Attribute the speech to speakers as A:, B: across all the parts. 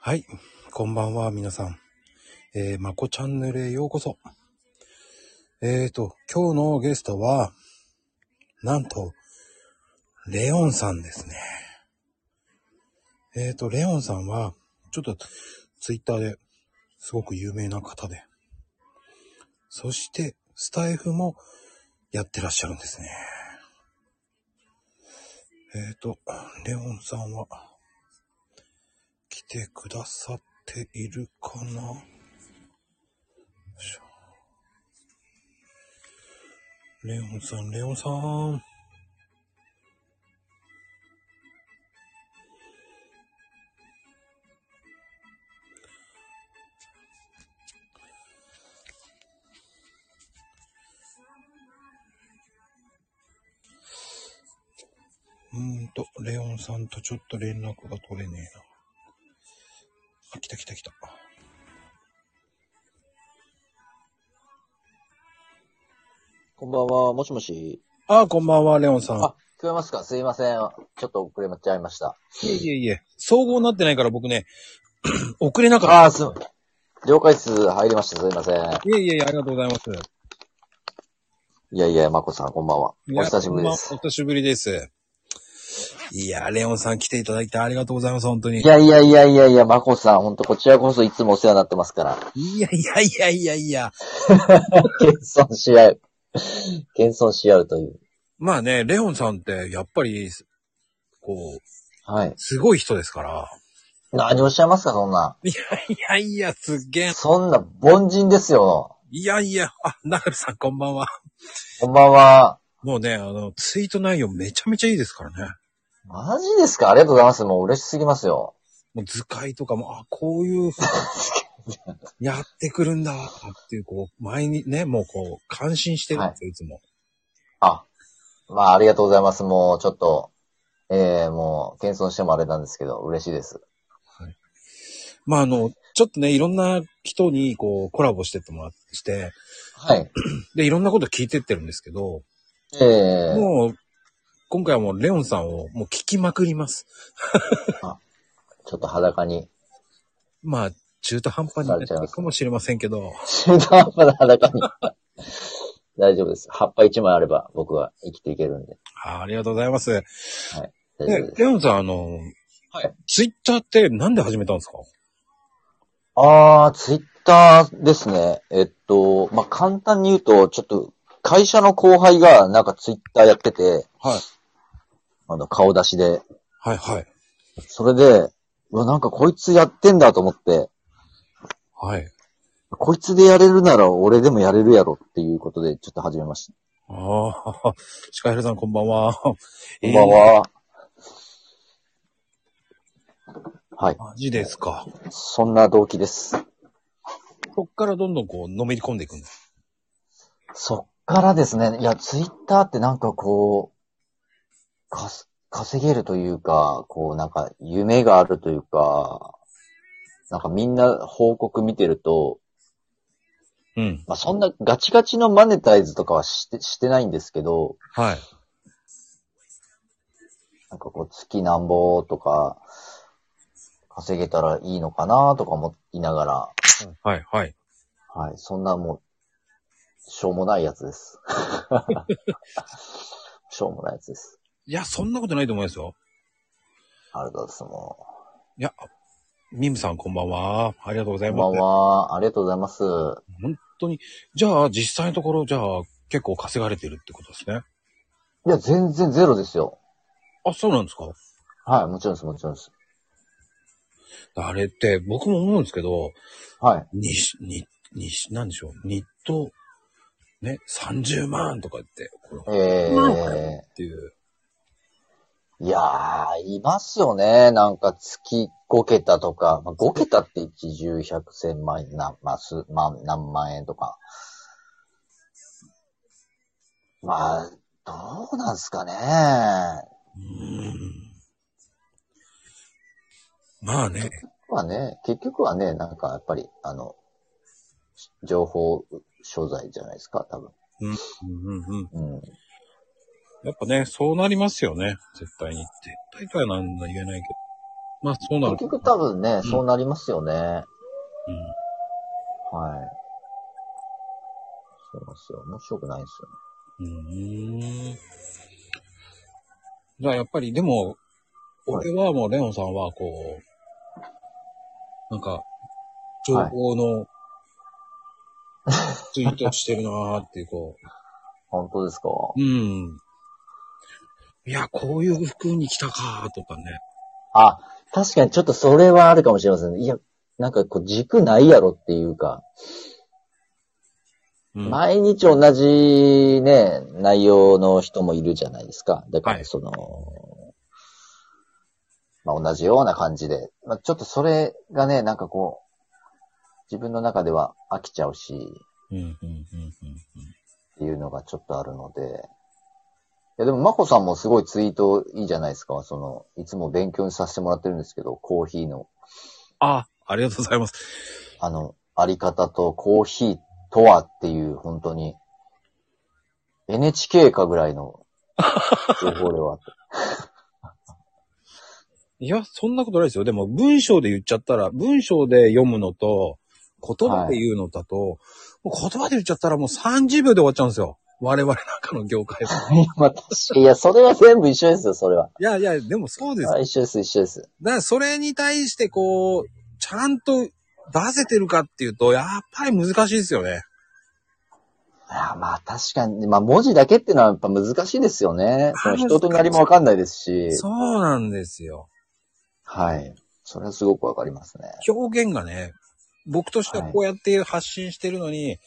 A: はい、こんばんは、皆さん。えー、まこチャンネルへようこそ。えーと、今日のゲストは、なんと、レオンさんですね。えーと、レオンさんは、ちょっとツイッターですごく有名な方で、そしてスタイフもやってらっしゃるんですね。えーと、レオンさんは、来てくださっているかなよいしょレオンさん、レオンさん。うーんと、レオンさんとちょっと連絡が取れねえな。あ、来た来た来た。
B: こんばんは、もしもし。
A: あ、こんばんは、レオンさん。
B: あ、聞こえますかすいません。ちょっと遅れちゃいました。
A: いえいえいえ、総合になってないから僕ね、 遅れなかっ
B: ああ、すいません。了解室入りました。すいません。
A: た。いえいえいえ、ありがとうございます。
B: いやいや、まこさん、こんばんは。
A: いや
B: お久しぶりです
A: こんばんは。お久しぶりです。いや、レオンさん来ていただいてありがとうございます、本当に。
B: いやいやいやいやいや、まこさん、ほんと、こちらこそいつもお世話になってますから。
A: いやいやいやいやいや。
B: 謙遜し 合う。謙遜し合うという。
A: まあね、レオンさんって、やっぱり、こう、
B: はい。
A: すごい人ですから。
B: 何をおっしゃいますか、そんな。
A: いやいや、すっげえ。
B: そんな、凡人ですよ。
A: いやいや、あ、ナカルさんこんばんは。
B: こんばんは。
A: もうね、あの、ツイート内容めちゃめちゃいいですからね。
B: マジですかありがとうございます。もう嬉しすぎますよ。
A: もう図解とかも、あ、こういう、やってくるんだ、っていう、こう、前にね、もうこう、感心してるんですよ、いつも。
B: あ、まあ、ありがとうございます。もう、ちょっと、ええもう、謙遜してもあれなんですけど、嬉しいです。
A: まあ、あの、ちょっとね、いろんな人に、こう、コラボしてってもらってして、
B: はい。
A: で、いろんなこと聞いてってるんですけど、
B: ええ
A: もう、今回はもう、レオンさんを、もう聞きまくります。
B: ちょっと裸に、
A: まあ、中途半端になっちゃうかもしれませんけど、
B: 中途半端な裸に。 大丈夫です。葉っぱ一枚あれば、僕は生きていけるんで。
A: あありがとうございます。
B: 大丈
A: で
B: 夫、です。
A: レオンさん、あの、
B: はい
A: ツイッターってなんで始めたんですか
B: あー、ツイッターですね。えっと、まあ、簡単に言うと、ちょっと、会社の後輩が、なんかツイッターやってて、
A: はい。
B: あの、顔出しで。
A: はい、はい。
B: それで、うわ、なんかこいつやってんだと思って、
A: はい。
B: こいつでやれるなら俺でもやれるやろっていうことでちょっと始めました。
A: ああ、 シカヘルさんこんばんは。こ
B: こんばん。は。はい。
A: マジですか。
B: そんな動機です。
A: こっからどんどんこう、のめり込んでいくんです。
B: そっからですね。いや、ツイッターってなんかこう、かす、稼げるというか、こうなんか夢があるというか、なんかみんな報告見てると、
A: うん。
B: まあ、そんなガチガチのマネタイズとかはして、してないんですけど、
A: はい。
B: なんかこう、月なんぼとか、稼げたらいいのかなとか思いながら、
A: はい、はい。
B: はい、そんなもう、しょうもないやつです。しょうもないやつです。
A: いや、そんなことないと思いますよ。
B: ありがとうございます。も
A: いや、ミムさんこんばんは。ありがとうござ
B: う、
A: い
B: こんば
A: ま
B: ん
A: す。
B: は。ありがとうございます。
A: じゃあ、実際のところ、じゃあ、結構稼がれてるってことですね。
B: いや、全然ゼロですよ。
A: あ、そうなんですか
B: はい、もちろんです、もちろんです。
A: あれって、僕も思うんですけど、
B: はい。
A: にし、に、にし、なんでしょう、日当、ね、30万とか言って、これ
B: えー、
A: っていう。
B: いやー、いますよね。なんか月5桁とか、まあ、5桁って一十百千万円、なまあ、す、まあ、何万円とか。まあ、どうなんすかね。
A: うん。まあね、
B: まあね、結局はね、なんかやっぱり、あの、情報所在じゃないですか、多分。
A: うんうんうん。
B: うん。
A: やっぱね、そうなりますよね。絶対に。絶対とはなんだ言えないけまあ、そうなる
B: 結。局多分ね、そうなりますよね。はい。
A: うん
B: そうなんですよ。面白くないですよね。
A: うーんじゃあやっぱりでも、
B: はい
A: 俺はもうレオンさんはこう、なんか、情報のツイートしてるなーっていうこ
B: 本当ですか
A: う、うん。いや、こういう服に来たかーとかね。
B: あ、確かにちょっとそれはあるかもしれませんね。いや、なんかこう軸ないやろっていうか、
A: うん。
B: 毎日同じね、内容の人もいるじゃないですか。だか
A: はい
B: らその、まあ同じような感じで、まあちょっとそれがね、なんかこう、自分の中では飽きちゃうし、
A: うん、うん、うん、
B: っていうのがちょっとあるので。いや、でも、まこさんもすごいツイートいいじゃないですか。その、いつも勉強にさせてもらってるんですけど、コーヒーの、
A: あ、ありがとうございます。
B: あの、あり方とコーヒーとはっていう、本当に、NHK かぐらい の、情報量あって。
A: いや、そんなことないですよ。でも文章で言っちゃったら、文章で読むのと、言葉で言うのだと、もう言葉で言っちゃったらもう30秒で終わっちゃうんですよ。我々なんかの業界 は。
B: いや、 まあ、確かにいや、それは全部一緒ですよ、それは。
A: いやいや、でもそうです。だ
B: あ
A: か
B: 一緒です、一緒です。
A: らそれに対してこう、ちゃんと出せてるかっていうと、やっぱり難しいですよね。
B: いや、まあ、確かに、まあ、文字だけっていうのはやっぱ難しいですよね。その人となりもわかんないですし。
A: そうなんですよ。
B: はい。それはすごくわかりますね。
A: 表現がね、僕としてはこうやって発信してるのに、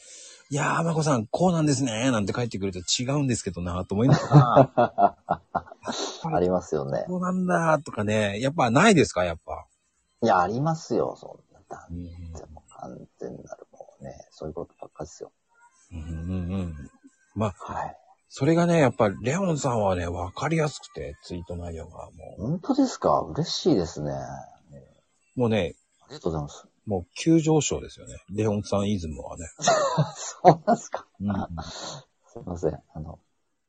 A: い、やー、まこさん、こうなんですね、なんて書いてくれると違うんですけどな、と思いながら、
B: ありますよね。
A: そうなんだとかね、やっぱないですか、やっぱ。
B: いや、ありますよ、そんな。だ
A: う
B: っ
A: ん
B: てもう完全なるもうね、そういうことばっかりですよ。
A: うんうんうん。
B: はい。
A: それがね、やっぱレオンさんはね、わかりやすくて、ツイート内容がも
B: 本当ですか嬉しいですね。あ
A: う、もうね、
B: りがとうございます。
A: もう急上昇ですよね。レオンさんイズムはね。
B: そうなんですか
A: うん
B: すいません。あの、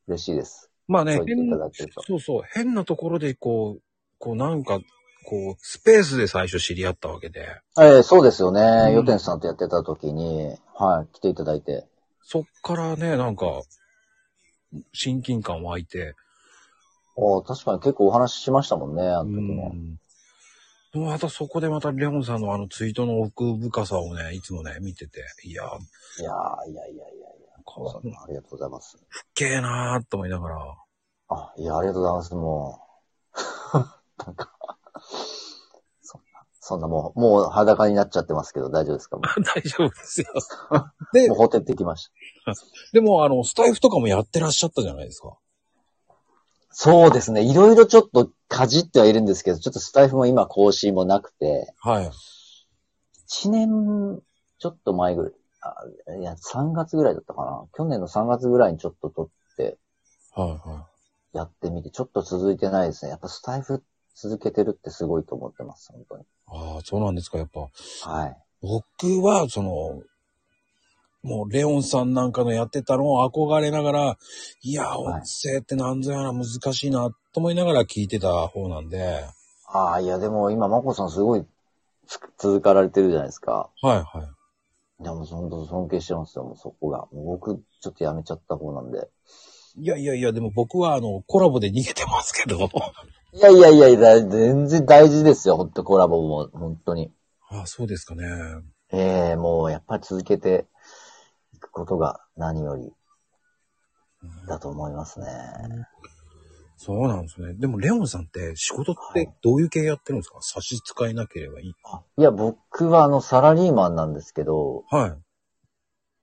B: 嬉しいです。
A: まあね
B: そう、言って
A: 変
B: いた
A: な
B: だけると、
A: そうそう、変なところでこう、こうなんか、こう、スペースで最初知り合ったわけで、
B: ええそうですよね。
A: ん
B: ヨテンさんとやってた時に、はい、来ていただいて。
A: そっからね、なんか、親近感湧いて、
B: おー確かに結構お話ししましたもんね、あ
A: う
B: の時も。
A: ん。でもまたそこでまたレオンさんのあのツイートの奥深さをね、いつもね、見てて、いやー、
B: いやーいやいやいやいや、
A: こう、
B: ありがとうございます。
A: けえなーと思いながら、
B: あ、いや、ありがとうございます、もう。 なんか、そんな、そんなもう、もう裸になっちゃってますけど、大丈夫ですかも
A: 大丈夫ですよ。で
B: う、もう、ほてってきました。
A: でもあの、スタイフとかもやってらっしゃったじゃないですか。
B: そうですね、いろいろちょっとかじってはいるんですけど、ちょっとスタイフも今更新もなくて、
A: はい。
B: 1年ちょっと前ぐらい、あいや、3月ぐらいだったかな。去年の3月ぐらいにちょっと撮って、
A: はいは
B: やってみて、ちょっと続いてないですね。やっぱスタイフ続けてるってすごいと思ってます、本当に。
A: い。ああ、そうなんですか、やっぱ。
B: はい。
A: 僕は、その、もう、レオンさんなんかのやってたのを憧れながら、いや、
B: はい
A: 音声ってなんぞやな、難しいな、と思いながら聞いてた方なんで、はい
B: ああ、いや、でも今、まこさんすごいつ続かられてるじゃないですか。
A: はい。
B: いや、もう本当尊敬してますよ、もうそこが。もう僕、ちょっとやめちゃった方なんで。
A: いやいやいや、でも僕は、あの、コラボで逃げてますけど。
B: いやいやいやいや、全然大事ですよ、本当コラボも、本当に。
A: ああ、そうですかね。
B: ええもうやっぱり続けていくことが何よりだと思いますね。
A: そうなんですね。でも、レオンさんって仕事っ
B: は
A: て
B: い
A: どういう系やってるんですか、差し支えなければいい。
B: あいや、僕はあの、サラリーマンなんですけど、
A: はい。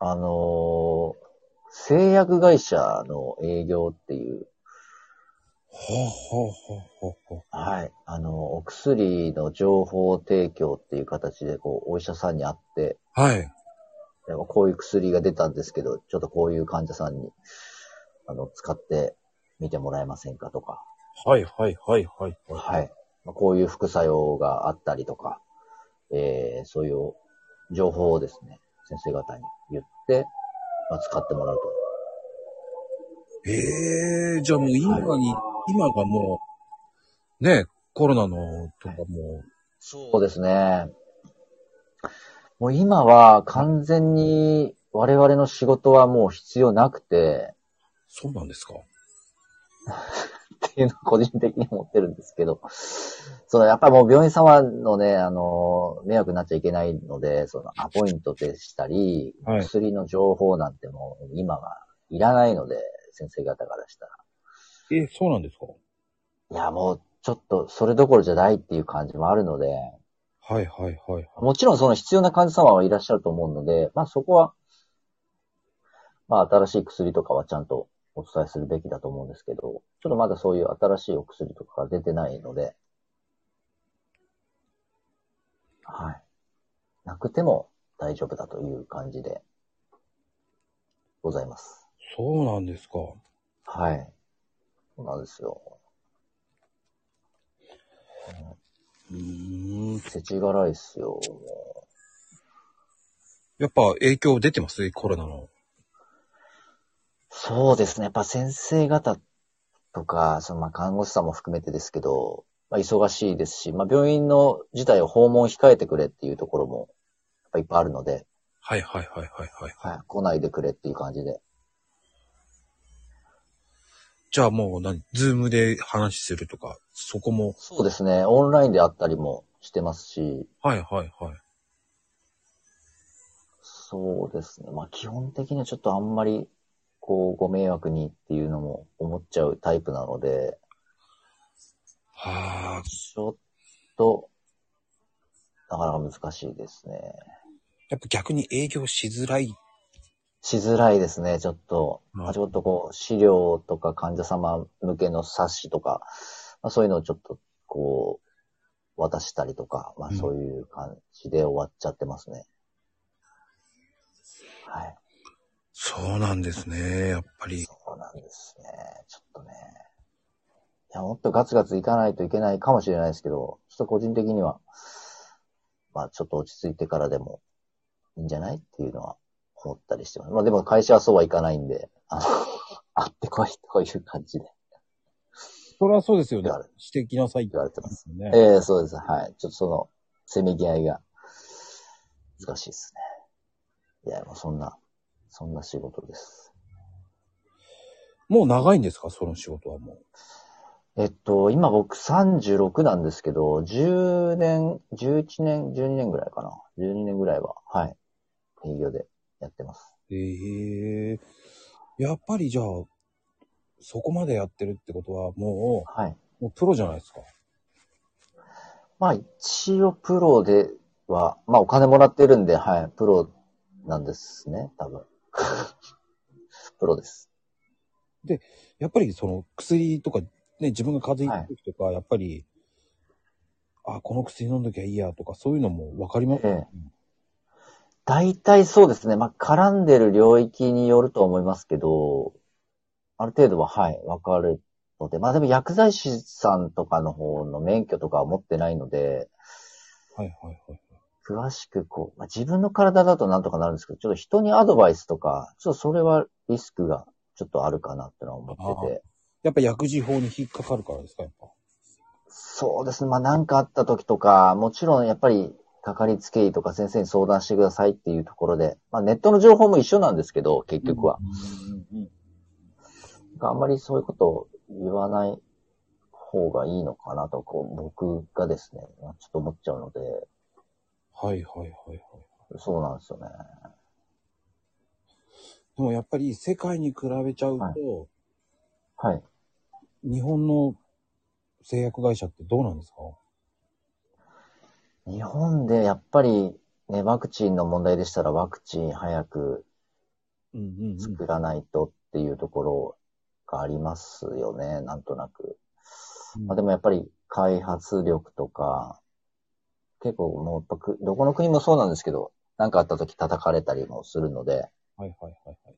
B: あのー製薬会社の営業っていう、
A: ほうほうほうほうほう。
B: はい。あの、お薬の情報提供っていう形で、こう、お医者さんに会って、
A: はい。
B: でもこういう薬が出たんですけど、ちょっとこういう患者さんに、あの、使ってみてもらえませんかとか、
A: はいはいはいはい。
B: はい。まあこういう副作用があったりとか、えー、そういう情報をですね、先生方に言って、まあ、使ってもらう
A: ええじゃあもう今に、今がもう、ね、コロナのとかも、
B: そうですね。もう今は完全に我々の仕事はもう必要なくて、
A: そうなんですか
B: っていうのを個人的に思ってるんですけど、 そのやっぱりもう病院様のね、あの、迷惑になっちゃいけないので、そのアポイントでしたり、
A: はい
B: 薬の情報なんてもう今はいらないので、先生方からしたら。
A: え、そうなんですか
B: いや、もうちょっとそれどころじゃないっていう感じもあるので、
A: はいはいはいはい。
B: もちろんその必要な患者様はいらっしゃると思うので、まあそこは、まあ新しい薬とかはちゃんとお伝えするべきだと思うんですけど、ちょっとまだそういう新しいお薬とかが出てないので、はい。なくても大丈夫だという感じでございます。
A: そうなんですか。
B: はい。そうなんですよ。
A: うーん。
B: 世知辛いっすよ。もう
A: やっぱ影響出てますコロナの。
B: そうですね。やっぱ先生方とか、そのまあ看護師さんも含めてですけど、まあ、忙しいですし、まあ、病院の自体を訪問控えてくれっていうところも、やっぱいっぱいあるので、
A: はいはいはいはいはい。
B: はい、来ないでくれっていう感じで。
A: じゃあもう何ズームで話するとか、そこも。
B: そうですね。オンラインであったりもしてますし、
A: はいはいはい。
B: そうですね。まあ、基本的にはちょっとあんまり、こう、ご迷惑にっていうのも思っちゃうタイプなので、
A: はあ、
B: ちょっと、なかなか難しいですね。
A: やっぱ逆に営業しづらい。
B: しづらいですね、ちょっと。
A: うん
B: まあ、ちょっとこう、資料とか患者様向けの冊子とか、まあ、そういうのをちょっと、こう、渡したりとか、まあ
A: うん
B: そういう感じで終わっちゃってますね。はい。
A: そうなんですね。やっぱり。
B: そうなんですね。ちょっとね。いや、もっとガツガツいかないといけないかもしれないですけど、ちょっと個人的には、まあちょっと落ち着いてからでもいいんじゃないっていうのは思ったりしてます。まあでも会社はそうはいかないんで、あの、 会ってこいという感じで
A: それはそうですよね
B: 言われ。
A: してきなさいって
B: 言われてます。
A: すよね。
B: ええそうです。はい。ちょっとその、せめぎ合いが、難しいですね。いや、もうそんな、そんな仕事です。
A: もう長いんですかその仕事はもう。
B: えっと、今僕36なんですけど、10年、11年、12年ぐらいかな。12年ぐらいは、はい。営業でやってます。
A: ええやっぱりじゃあ、そこまでやってるってことはも
B: はい。
A: う、もうプロじゃないですか。
B: まあ一応プロでは、まあお金もらってるんで、はい。プロなんですね、多分。 プロです。
A: やっぱりその薬とか、ね、自分が風邪ひいた時とか、やっぱり、あ、この薬飲んどきゃいいやとか、そういうのもわかります
B: ええ。大体そうですね。まあ絡んでる領域によると思いますけど、ある程度は、はい、わかるので、まあでも薬剤師さんとかの方の免許とかは持ってないので、
A: はいはいはい。
B: 詳しくこう、まあ、自分の体だとなんとかなるんですけど、ちょっと人にアドバイスとか、ちょっとそれはリスクがちょっとあるかなってのは思ってて。
A: やっぱ薬事法に引っかかるからですか、やっぱ。
B: そうですね。まあ何かあった時とか、もちろんやっぱりかかりつけ医とか先生に相談してくださいっていうところで、まあネットの情報も一緒なんですけど、結局は。
A: うんうん
B: あんまりそういうことを言わない方がいいのかなと、こう僕がですね、まあちょっと思っちゃうので、
A: はいはいはいはい。
B: そうなんですよね。
A: でもやっぱり世界に比べちゃうと、
B: はいはい。
A: 日本の製薬会社ってどうなんですか
B: 日本でやっぱり、ね、ワクチンの問題でしたらワクチン早く
A: うんうんうん。
B: 作らないとっていうところがありますよね、なんとなく。まあ、でもやっぱり開発力とか、結構もうやっぱく、どこの国もそうなんですけど、何かあった時叩かれたりもするので、やっ
A: はいはいはいはい。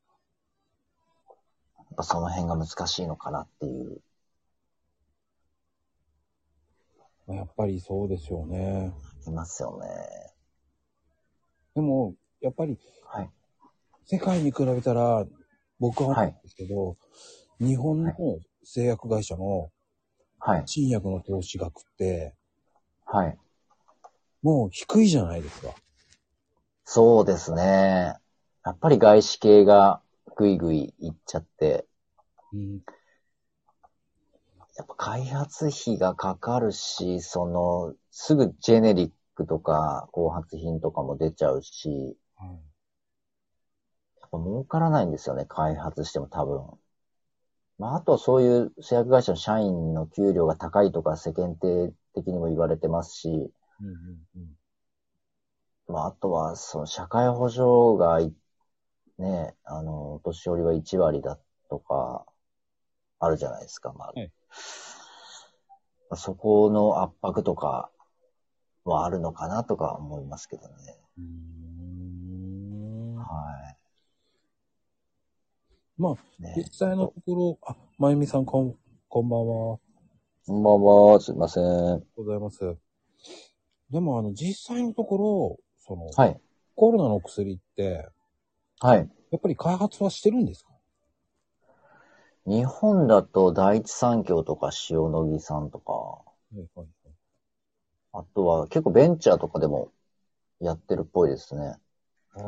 B: ぱその辺が難しいのかなっていう。
A: まあやっぱりそうですよね。
B: いますよね。
A: でも、やっぱり
B: はい。
A: 世界に比べたら、僕は思うんですけど、日本の製薬会社の
B: はい。
A: 新薬の投資額って、
B: はい。
A: もう低いじゃないですか。
B: そうですね。やっぱり外資系がぐいぐい行っちゃって、
A: うん。
B: やっぱ開発費がかかるし、その、すぐジェネリックとか、後発品とかも出ちゃうし、
A: はい
B: やっぱ儲からないんですよね、開発しても多分。まあ、あとそういう製薬会社の社員の給料が高いとか世間体的にも言われてますし、
A: うんうんうん。
B: まあ、あとは、その社会保障がい、ね、あの、お年寄りは1割だとか、あるじゃないですか、まあ。
A: い
B: まあそこの圧迫とかはあるのかなとか思いますけどね。
A: うーん
B: は
A: まあ、
B: い。ね
A: 実。際のところ、あ、まゆみさんこん、こんばんは。あ
B: こんばんは、すいません。は
A: りがとうございます。でも、あの、実際のところ、その、
B: い。
A: コロナの薬って、
B: はい。
A: やっぱり開発はしてるんですか
B: 日本だと第一三共とか塩野義さんとか、
A: はいはい
B: あとは結構ベンチャーとかでもやってるっぽいですね。
A: はい。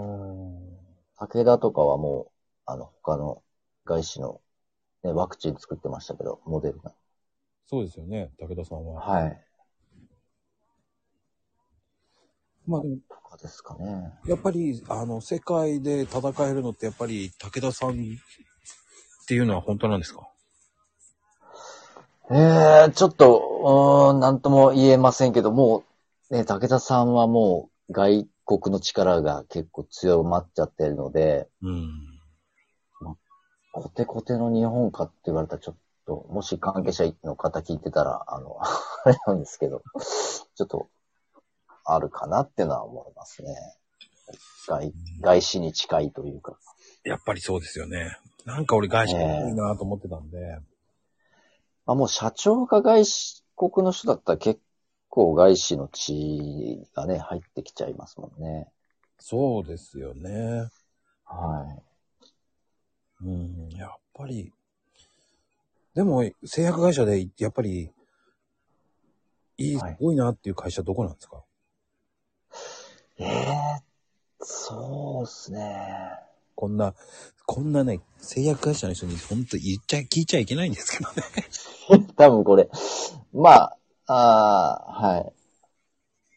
B: 武田とかはもう、あの、他の外資の、ね、ワクチン作ってましたけど、モデルが。
A: そうですよね、武田さんは。
B: はい。
A: まあでも、
B: とかですかね。
A: やっぱり、あの、世界で戦えるのって、やっぱり武田さんっていうのは本当なんですか
B: ええちょっと、うーん、なんとも言えませんけど、もう、ね、武田さんはもう外国の力が結構強まっちゃってるので、
A: うん。
B: コテコテの日本かって言われたらちょっと、もし関係者の方聞いてたら、あの、 あれなんですけど、ちょっと、あるかなっていうのは思いますね。外、外資に近いというか。
A: やっぱりそうですよね。なんか俺外資っぽいなと思ってたんで。
B: まあもう社長が外資国の人だったら結構外資の血がね、入ってきちゃいますもんね。
A: そうですよね。
B: はい。
A: うん。やっぱり。でも、製薬会社で、やっぱり、いい、す
B: はい
A: ごいなっていう会社どこなんですか
B: ええそうですね。
A: こんな、こんなね、製薬会社の人に本当言っちゃ、聞いちゃいけないんですけどね。
B: 多分これ。まあ、ああ、はい。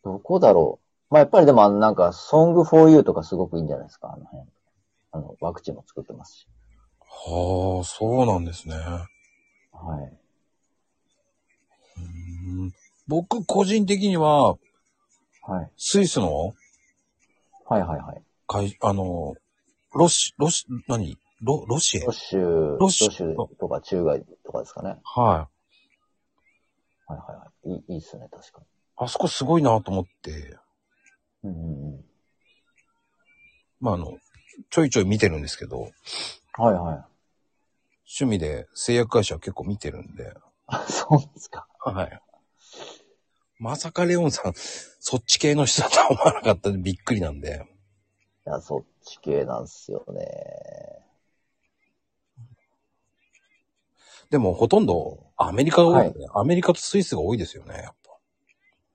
B: どこだろう。まあやっぱりでもあのなんか、ソングフォーユーとかすごくいいんじゃないですか、あの辺。あの、ワクチンも作ってますし。
A: はあ、そうなんですね。
B: はい。
A: うん僕個人的には、
B: はい。
A: スイスの
B: はいはいはい。
A: 会、あの、ロシ、ロシ、何ロ、ロシエ
B: ロッシュ、
A: ロッシュ
B: ロッシュとか中外とかですかね。
A: はい。
B: はいはいはい。いいいいっすね、確か
A: あそこすごいなと思って、
B: に。うんうんうん。
A: まあ、あの、ちょいちょい見てるんですけど、
B: はいはい。
A: 趣味で製薬会社は結構見てるんで、
B: あ、そうですか。
A: はい。まさかレオンさん、そっち系の人だとは思わなかったんでびっくりなんで、
B: いや、そっち系なんすよね。
A: でもほとんどアメリカが多いですね、アメリカとスイスが多いですよね、やっ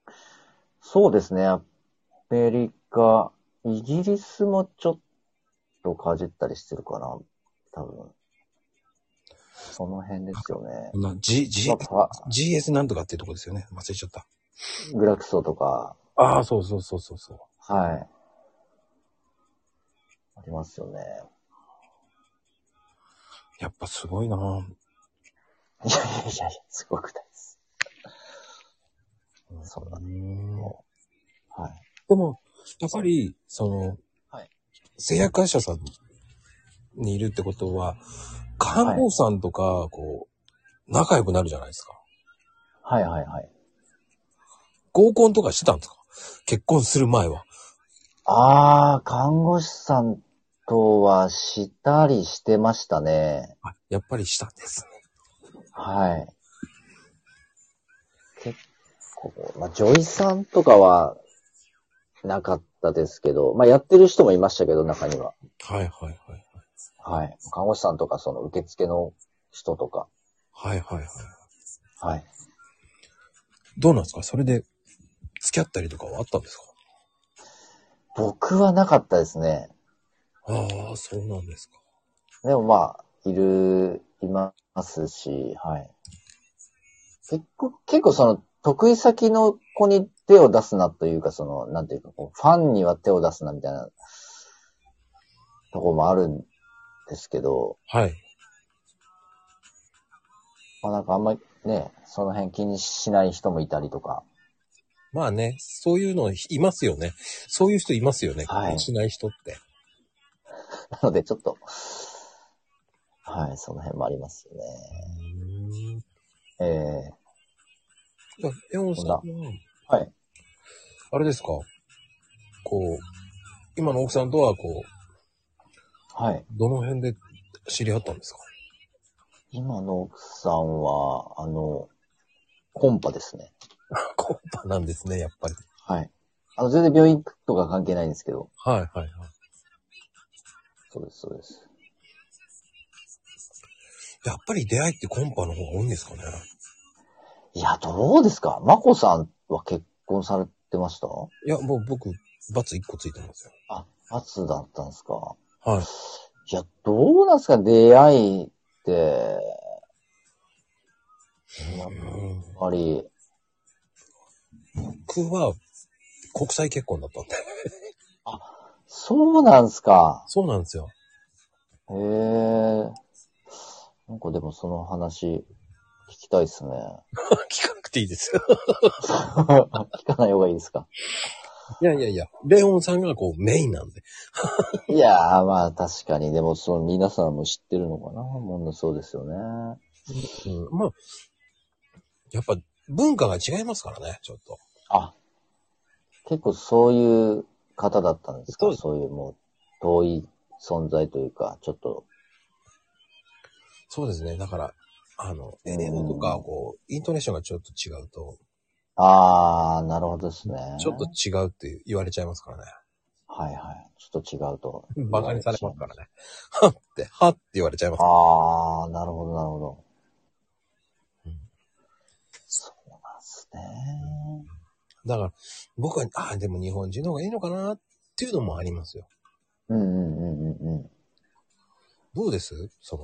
A: ぱ。
B: そうですね。アメリカ、イギリスもちょっとかじったりしてるかな。多分。その辺ですよね。
A: こんな G、G
B: ま、あパ
A: GS なんとかっていうとこですよね。忘れちゃった。
B: グラクソとか、
A: ああ、そうそうそうそうそう。
B: はい。ありますよね。
A: やっぱすごいなぁ
B: いやいやいやいや、すごくないです。そうだはい。
A: でも、やっぱり、その、
B: はい
A: 製薬会社さんにいるってことは、看護師さんとか、こう、仲良くなるじゃないですか。
B: はいはいはい。
A: 合コンとかしてたんですか結婚する前は。
B: ああ、看護師さんとはしたりしてましたね。
A: あやっぱりしたんですね。
B: はい。結構、まあ、女医さんとかはなかったですけど、まあ、やってる人もいましたけど、中には。
A: はいはいはい。
B: はい。看護師さんとか、その受付の人とか。
A: はいはいはい。
B: はい。
A: どうなんですかそれで、付き合ったりとかはあったんですか
B: 僕はなかったですね。
A: ああ、そうなんですか。
B: でもまあ、いる、いますし、はい。結構、結構その、得意先の子に手を出すなというか、その、なんていうか、こうファンには手を出すなみたいな、とこもあるんですけど、
A: はい。
B: まあなんかあんまりね、その辺気にしない人もいたりとか、
A: まあね、そういうのいますよね。そういう人いますよね。
B: はい
A: しない人って。
B: なのでちょっと、はい、その辺もありますよね。ええ
A: じゃあ、エオンさんは、
B: はい。
A: あれですかこう、今の奥さんとは、こう、
B: はい。
A: どの辺で知り合ったんですか
B: 今の奥さんは、あの、コンパですね。
A: コンパなんですね、やっぱり。
B: はい。あの、全然病院とか関係ないんですけど。
A: はいはいはい。
B: そうです、そうです。
A: やっぱり出会いってコンパの方が多いんですかね
B: いや、どうですかまこさんは結婚されてました
A: いや、もう僕、バツ1個ついてますよ。
B: あ、初だったんですか
A: はい。
B: いや、どうなんですか出会いって、やっ
A: うん
B: ぱり、
A: 僕は、国際結婚だったんで。
B: そうなんですか。
A: そうなんですよ。
B: へえ。なんかでもその話、聞きたいですね。
A: 聞かなくていいですよ。
B: 聞かない方がいいですか
A: いやいやいや、レオンさんがこうメインなんで。
B: いやー、まあ確かに、でもその皆さんも知ってるのかなもんなそうですよね。
A: うん、まあ、やっぱ文化が違いますからね、ちょっと。
B: あ、結構そういう方だったんですか
A: そう
B: そ
A: で
B: う
A: す
B: いうもう遠い存在というか、ちょっと、
A: そうですね。だから、あの、
B: うん
A: 英語とか、こう、イントネーションがちょっと違うと、
B: あー、なるほどですね。
A: ちょっと違うって言われちゃいますからね。
B: はいはい。ちょっと違うと。
A: バカにされますからね。はっって、はっって言われちゃいます。
B: あー、なるほど、なるほど
A: うん。
B: そうなんですね。
A: だから、僕は、ああ、でも日本人の方がいいのかなっていうのもありますよ。
B: うんうんうんうんうん。
A: どうですそ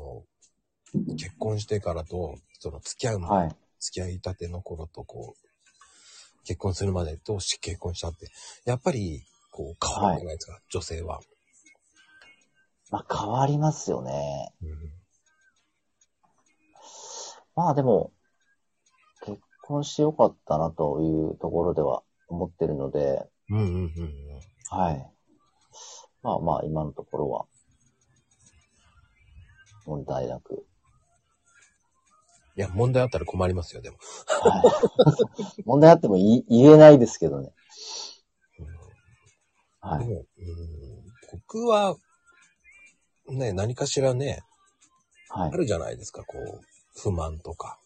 A: の、結婚してからと、その、付き合うの、
B: はい。
A: 付き合いたての頃と、こう、結婚するまでどうして結婚したって、やっぱり、こう、変わるじゃないですか、女性は。
B: まあ変わりますよね。
A: うん
B: まあでも、結婚してよかったなというところでは思ってるので、
A: うんうんうんうん。
B: はい。まあまあ今のところは、問題なく。
A: いや、問題あったら困りますよ、でも。
B: はい、 問題あっても言い言えないですけどね。は
A: で
B: い。
A: も、うん、僕は、ね、何かしらね、
B: は
A: あ
B: い。
A: るじゃないですか、こう、不満とか。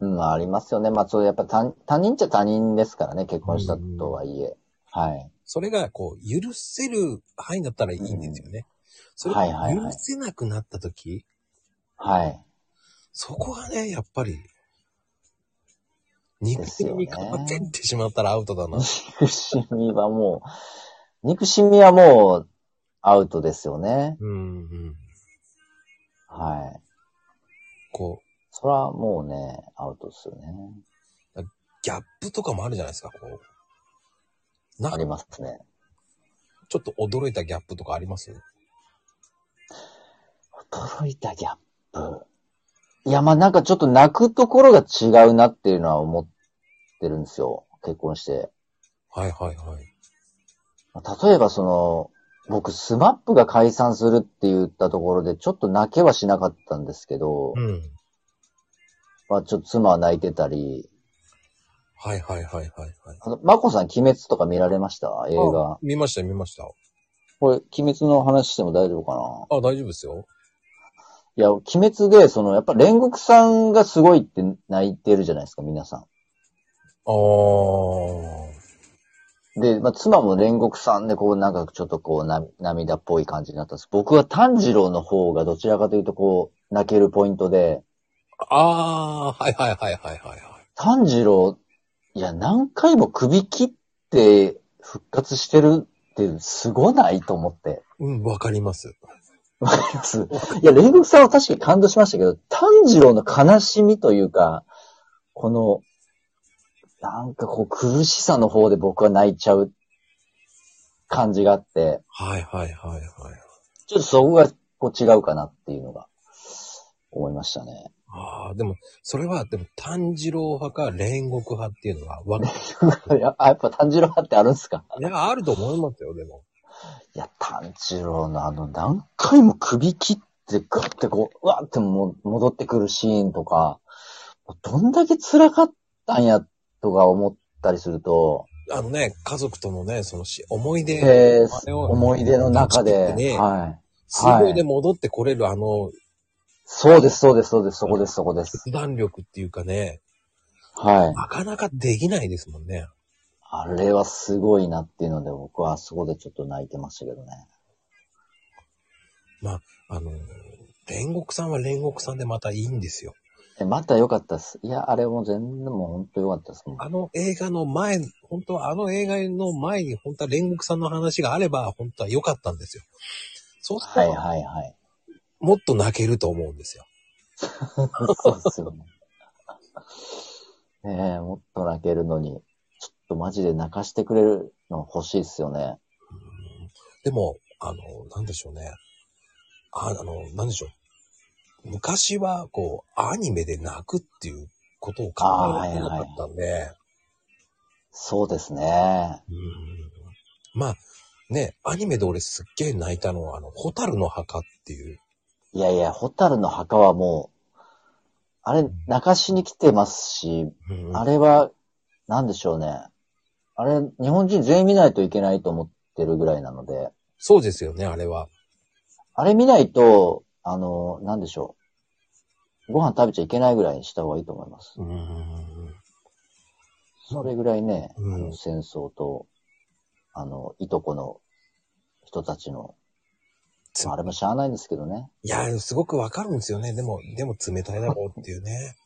B: うん、ありますよね。まあそう、やっぱ他他人っちゃ他人ですからね、結婚したとはいえ。はい。
A: それが、こう、許せる範囲だったらいいんですよね。それ
B: はいはいは
A: が
B: い
A: 許せなくなった時、
B: はい。
A: そこがね、やっぱり、肉親に変わってってしまったらアウトだな。
B: 憎しみはもう、憎しみはもう、アウトですよね。
A: うんうん。
B: はい。
A: こう、
B: それはもうね、アウトですよね。
A: ギャップとかもあるじゃないですか、こう。なん
B: あ
A: か
B: りますね。
A: ちょっと驚いたギャップとかあります
B: 驚いたギャップ。いや、まあなんかちょっと泣くところが違うなっていうのは思ってるんですよ。結婚して。
A: はいはいはい。
B: 例えばその、僕、スマップが解散するって言ったところで、ちょっと泣けはしなかったんですけど、
A: うん。
B: まあちょっと妻は泣いてたり、
A: はいはいはいはい、はい。
B: あの、マコさん、鬼滅とか見られました映
A: あ
B: 画。
A: 見ました見ました。
B: これ、鬼滅の話しても大丈夫かな
A: あ、大丈夫ですよ。
B: いや、鬼滅で、その、やっぱ煉獄さんがすごいって泣いてるじゃないですか、皆さ
A: あー。
B: ん。で、まあ、妻も煉獄さんで、こう、なんかちょっとこう、な、涙っぽい感じになったんです。僕は炭治郎の方がどちらかというと、こう、泣けるポイントで、
A: あー、はいはいはいはいはいはい。
B: 炭治郎いや、何回も首切って復活してるってすごないと思って。
A: うん、わかります。
B: わかります。いや、煉獄さんは確かに感動しましたけど、炭治郎の悲しみというか、この、なんかこう苦しさの方で僕は泣いちゃう感じがあって、
A: はいはいはいはい。
B: ちょっとそこがこう違うかなっていうのが思いましたね。
A: ああ、でも、それは、でも、炭治郎派か煉獄派っていうのは、わか
B: やあやっぱ炭治郎派ってあるんですか
A: いや、あると思いますよ、でも。
B: いや、炭治郎のあの何回も首切ってガッてこう、うわーっても戻ってくるシーンとか、どんだけ辛かったんやとか思ったりすると、
A: あのね、家族とのね、そのし、思い出、
B: え
A: あ
B: ー
A: れを
B: 思い出の中で、
A: ね
B: はい。
A: すごいで戻ってこれる、あの、
B: そうです、そうです、そうです、そこです、そこです。
A: 決断力っていうかね、
B: はい。
A: なかなかできないですもんね。
B: あれはすごいなっていうので、僕はあそこでちょっと泣いてましたけどね。
A: あの、煉獄さんは煉獄さんでまたいいんですよ。
B: えまた良かったです。いや、あれも全然もう本当良かったです。もう
A: あの映画の前、本当はあの映画の前に本当は煉獄さんの話があれば本当は良かったんですよ。そうす
B: は
A: る
B: い、
A: と、
B: はい、はい。
A: もっと泣けると思うんですよ。
B: そうですよね。ねえ、もっと泣けるのに、ちょっとマジで泣かしてくれるの欲しいですよね。
A: でも、あの、なんでしょうね。ああの、なんでしょう。昔は、こう、アニメで泣くっていうことを考えてなかったんで、
B: そうですね。
A: うんまあ、ね、アニメで俺すっげえ泣いたのは、あの、ホタルの墓っていう。
B: いやいや、ホタルの墓はもう、あれ、泣かしに来てますし、
A: うん
B: あれは、なんでしょうね。あれ、日本人全員見ないといけないと思ってるぐらいなので、
A: そうですよね、あれは。
B: あれ見ないと、あの、なんでしょう。ご飯食べちゃいけないぐらいにした方がいいと思います。
A: うん
B: それぐらいね、
A: うん
B: あの戦争と、あの、いとこの人たちの、
A: つ
B: まああれもしゃあないんですけどね。
A: いや、すごくわかるんですよね。でも、でも冷たいだろうっていう ね。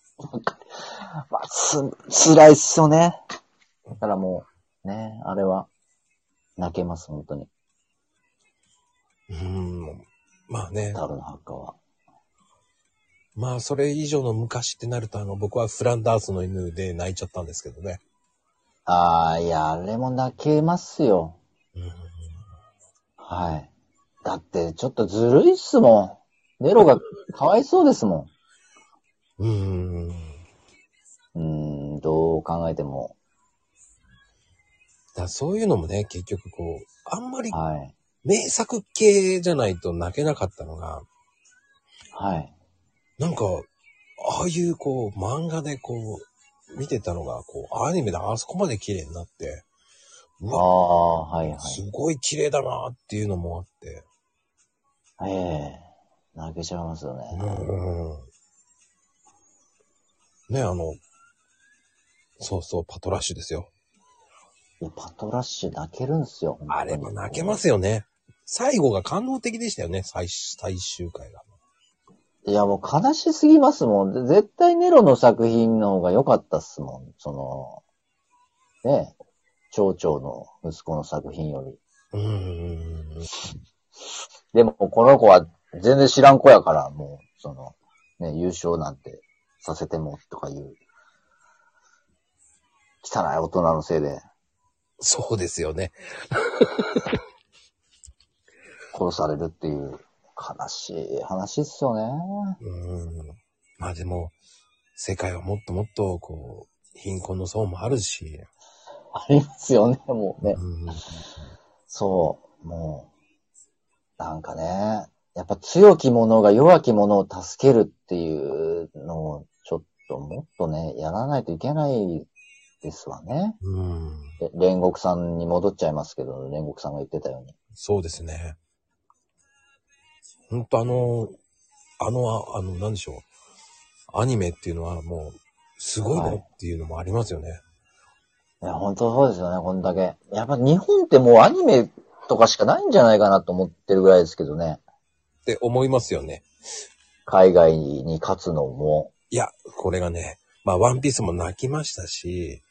B: まあ、つ、辛いっすよね。だからもう、ね、あれは、泣けます、本当に。
A: うん。まあね。
B: タオルの墓は。
A: まあ、それ以上の昔ってなると、あの、僕はフランダースの犬で泣いちゃったんですけどね。
B: ああ、いや、あれも泣けますよ。
A: うん
B: はい。だって、ちょっとずるいっすもん。ネロがかわいそうですも
A: うん。
B: ん。うーん、どう考えても。
A: だそういうのもね、結局こう、あんまり
B: はい。
A: 名作系じゃないと泣けなかったのが、
B: はい。
A: なんか、ああいうこう、漫画でこう、見てたのが、こう、アニメであそこまで綺麗になって、う
B: あ
A: わ、
B: あ、はいはい。
A: すごい綺麗だなっていうのもあって、
B: ええ泣けちゃいますよね。
A: ね、あの、そうそう、パトラッシュですよ。
B: いやパトラッシュ泣けるんすよ。。
A: あれも泣けますすよね。最後が感動的でしたよね、最終最終回が。
B: いや、もう悲しすぎますもん。で絶対ネロの作品の方が良かったっすもん。その、ねえ、町長の息子の作品より。
A: うん。
B: でも、この子は全然知らん子やから、もう、その、ね、優勝なんてさせてもとかいう、汚い大人のせいで
A: そうですよね。
B: 殺されるっていう、悲しい話っすよね。
A: うん。まあでも、世界はもっともっと、こう、貧困の層もあるし、
B: ありますよね、もうね。
A: うん
B: そう、もう、なんかね、やっぱ強き者が弱き者を助けるっていうのを、ちょっともっとね、やらないといけないですわね。
A: うん。
B: で煉獄さんに戻っちゃいますけど、煉獄さんが言ってたように。
A: そうですね。ほんとあの、あの、ああの、なんでしょう。アニメっていうのはもう、すごいなっていうのもありますよね。
B: いや、本当そうですよね、こんだけ。やっぱ日本ってもうアニメとかしかないんじゃないかなと思ってるぐらいですけどね。
A: って思いますよね。
B: 海外に勝つのも。
A: いや、これがね、まあ、ワンピースも泣きましたし、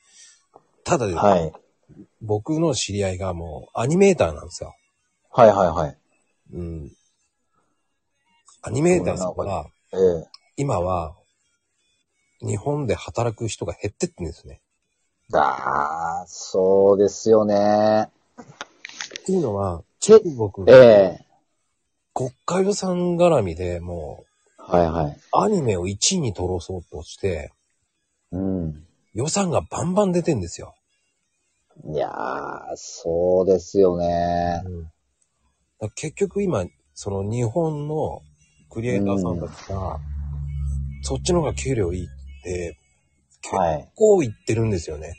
A: ただ、
B: はい。
A: 僕の知り合いがもうアニメーターなんですよ。
B: はいはいはい。
A: うん。アニメーターさんが、
B: ええ。
A: 今は、日本で働く人が減ってってんですね。
B: だー、そうですよね。
A: っていうのは、
B: け
A: 中国
B: ええ。
A: 国家予算絡みでも
B: はいはい。
A: う、アニメを1位に取ろうそうとして、
B: うん。
A: 予算がバンバン出てんですよ。
B: いやー、そうですよね。
A: だから結局今、その日本のクリエイターさんたちが、そっちの方が給料いいって、
B: はい。
A: こう言ってるんですよね。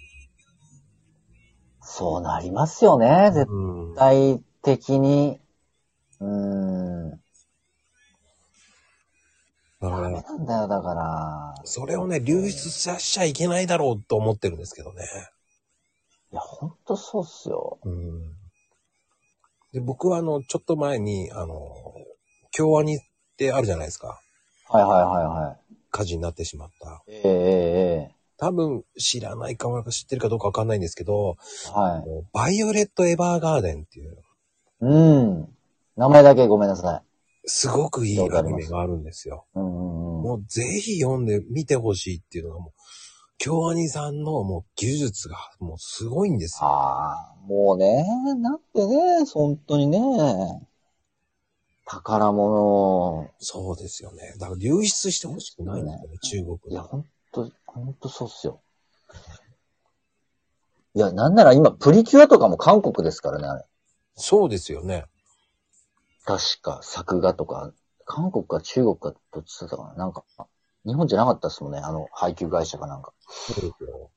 B: そうなりますよね。絶
A: うん
B: 対的に。うーん。
A: だか
B: ダメ
A: ら、
B: なんだよ、だから。
A: それをね、流出させちゃいけないだろうと思ってるんですけどね。
B: いや、ほんとそうっすよ。
A: うんで、僕はあの、ちょっと前に、あの、京アニってあるじゃないですか。
B: はいはいはいはい。
A: 火事になってしまった。
B: えええ
A: 多分知らないかも知ってるかどうかわかんないんですけど、
B: えはい。
A: バイオレット・エヴァーガーデンっていう、
B: うん。名前だけごめんなさ
A: すごくいいアニメがあるんですよ。
B: い。うんうんうん。
A: もうぜひ読んで見てほしいっていうのがもう、京アニさんのもう技術がもうすごいんですよ。
B: ああ、もうね、なんてね、本当にね。宝物。
A: そうですよね。だから流出してほしくないんだよね、中国
B: いや、
A: の。
B: ほんと、ほんとそうっすよ。いや、なんなら今、プリキュアとかも韓国ですからね、あれ。
A: そうですよね。
B: 確か、作画とか、韓国か中国かどっちだったかな。なんか、日本じゃなかったっすもんね、あの、配給会社かなんか。
A: そうですよ。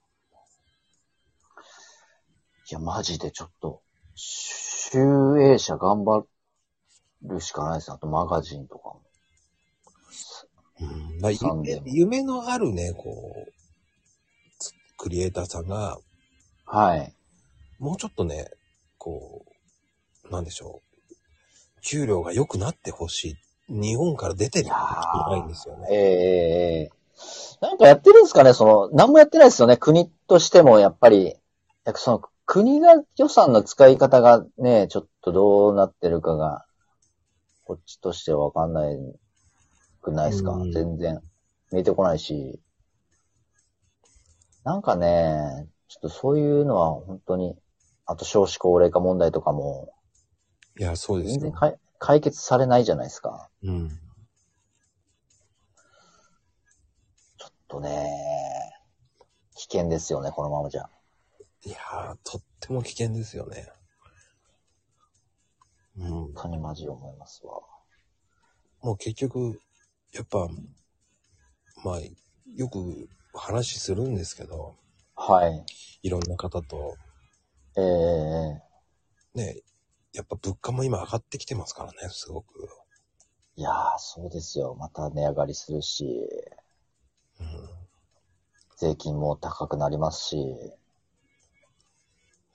B: いや、マジでちょっと、集英社頑張るしかないですね。あと、マガジンとかも。
A: うんまあ、
B: サンデ
A: 夢
B: ーも
A: 夢のあるね、こう、つクリエイターさんが、
B: はい。
A: もうちょっとね、こう、なんでしょう、給料が良くなってほしい。日本から出てる人ないんですよね。
B: ええええなんかやってるんですかねその、何もやってないですよね。国としても、やっぱり、なんかその、国が予算の使い方がね、ちょっとどうなってるかが、こっちとしてはわかんないくないですか、
A: うん
B: 全然。見えてこないし。なんかね、ちょっとそういうのは本当に、あと少子高齢化問題とかも、
A: いや、そうです
B: 全然
A: よ。
B: かい解決されないじゃないですか。
A: うん。
B: ちょっとね、危険ですよね、このままじゃ。
A: いやー、とっても危険ですよね。うん。
B: 本当にマジ思いますわ。
A: もう結局、やっぱ、まあ、よく話するんですけど、
B: はい。
A: いろんな方と、
B: ええ
A: ね、やっぱ物価も今上がってきてますからね、すごく。
B: いやー、そうですよ。また値上がりするし、
A: うん
B: 税金も高くなりますし、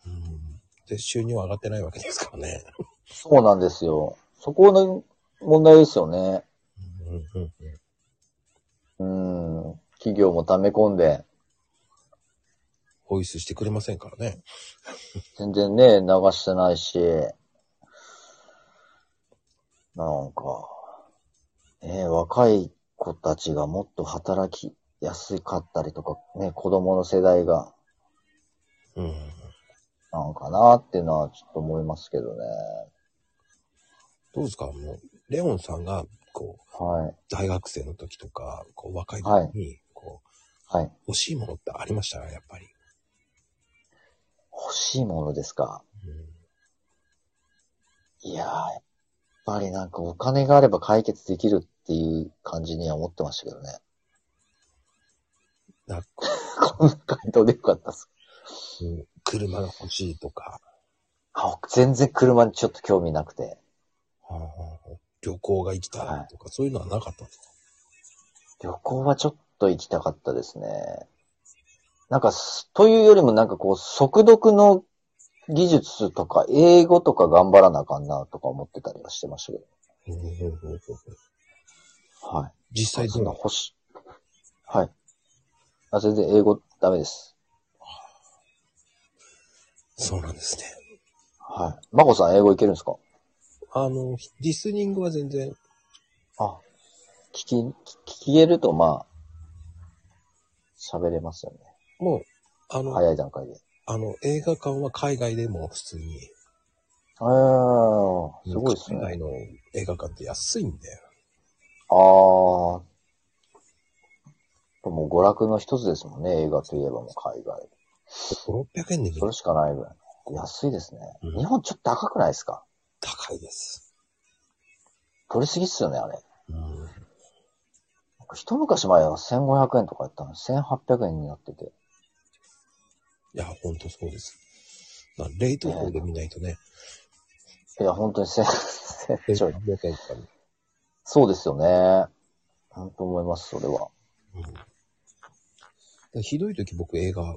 A: うん、で、収入は上がってないわけですからね。
B: そうなんですよ。そこの問題ですよね。
A: うんうん
B: うん。企業も溜め込んで、
A: ホイスしてくれませんからね。
B: 全然ね、流してないし、なんか、ね、若い子たちがもっと働きやすかったりとか、ね、子供の世代が、
A: うん、
B: なんかなっていうのはちょっと思いますけどね。
A: どうですかもう、レオンさんが、こう、
B: はい。
A: 大学生の時とか、こう、若い
B: は
A: 時
B: い
A: に、こう、
B: はい。
A: 欲しいものってありましたやっぱり。
B: 欲しいものですか。いやー、やっぱりなんかお金があれば解決できるっていう感じには思ってましたけどね。
A: なんか
B: こんな回答でよかったっす。
A: うん車が欲しいとか、
B: あ全然車にちょっと興味なくて。
A: 旅行が行きたいとか、そういうのはなかったんですか
B: 旅行はちょっと行きたかったですね。なんかす、というよりもなんかこう、速読の技術とか、英語とか頑張らなあかんなとか思ってたりはしてましたけど。はい。
A: 実際
B: そ
A: どう
B: んな
A: なの
B: 欲しい。はい。あ、全然英語ダメです。
C: そうなんですね。
B: はい。マコさん、英語いけるんですか
A: あの、リスニングは全然、
B: あ、聞き、聞聞けると、まあ、喋れますよね。
A: もう、あの、
B: 早い段階で。
A: あの、映画館は海外でも普通に、
B: ああ、すごいです
A: 海
B: ね。
A: 外の映画館って安いんだよ。
B: ああ。もう娯楽の一つですもんね。映画といえばもう海外。
A: 600円で見
B: そ
A: る
B: れしかないぐらい。安いですね。
A: うん
B: 日本ちょっと高くないですか
A: 高いです。
B: 取りすぎっすよね、あれ。
A: うん。
B: 僕一昔前は1500円とかやったのに1800円になってて。
A: いや、ほんとそうです。まあ、レイト法で見ないとね、
B: いや、本当に1000 1000ちょい。
A: 1300円とかね。
B: そうですよね。本当思います、それは。
A: でひどい時僕映画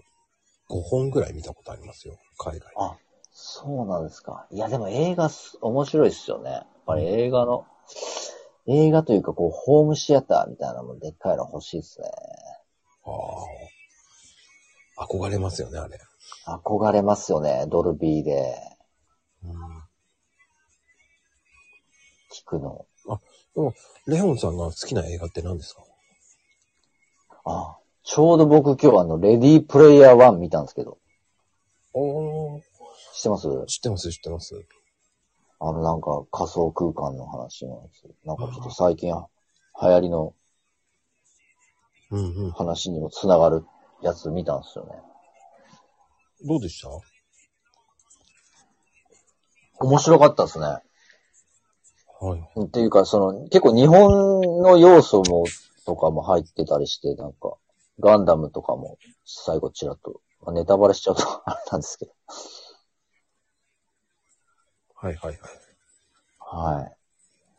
A: 5本ぐらい見たことありますよ、海外。
B: あ、そうなんですか。いや、でも映画す面白いっすよね。やっぱり映画の、映画というか、こう、ホームシアターみたいなのもでっかいの欲しいっすね。
A: ああ。憧れますよね、あれ。
B: 憧れますよね、ドルビーで
A: うん。
B: 聞くの。
A: レオンさんが好きな映画って何ですか
B: あ、ちょうど僕今日あの、レディープレイヤー1見たんですけど、
A: おー、
B: 知ってます
A: 知ってます、知ってます。
B: あの、なんか仮想空間の話のやつ。なんかちょっと最近流行りの
A: うんうん。
B: 話にもつながるやつ見たんですよね。
A: どうでした
B: 面白かったですね。
A: はい。
B: っていうか、その、結構日本の要素も、とかも入ってたりして、なんか、ガンダムとかも、最後ちらっと、まあネタバレしちゃうとあれなんですけど。
A: はいはいはい。
B: はい。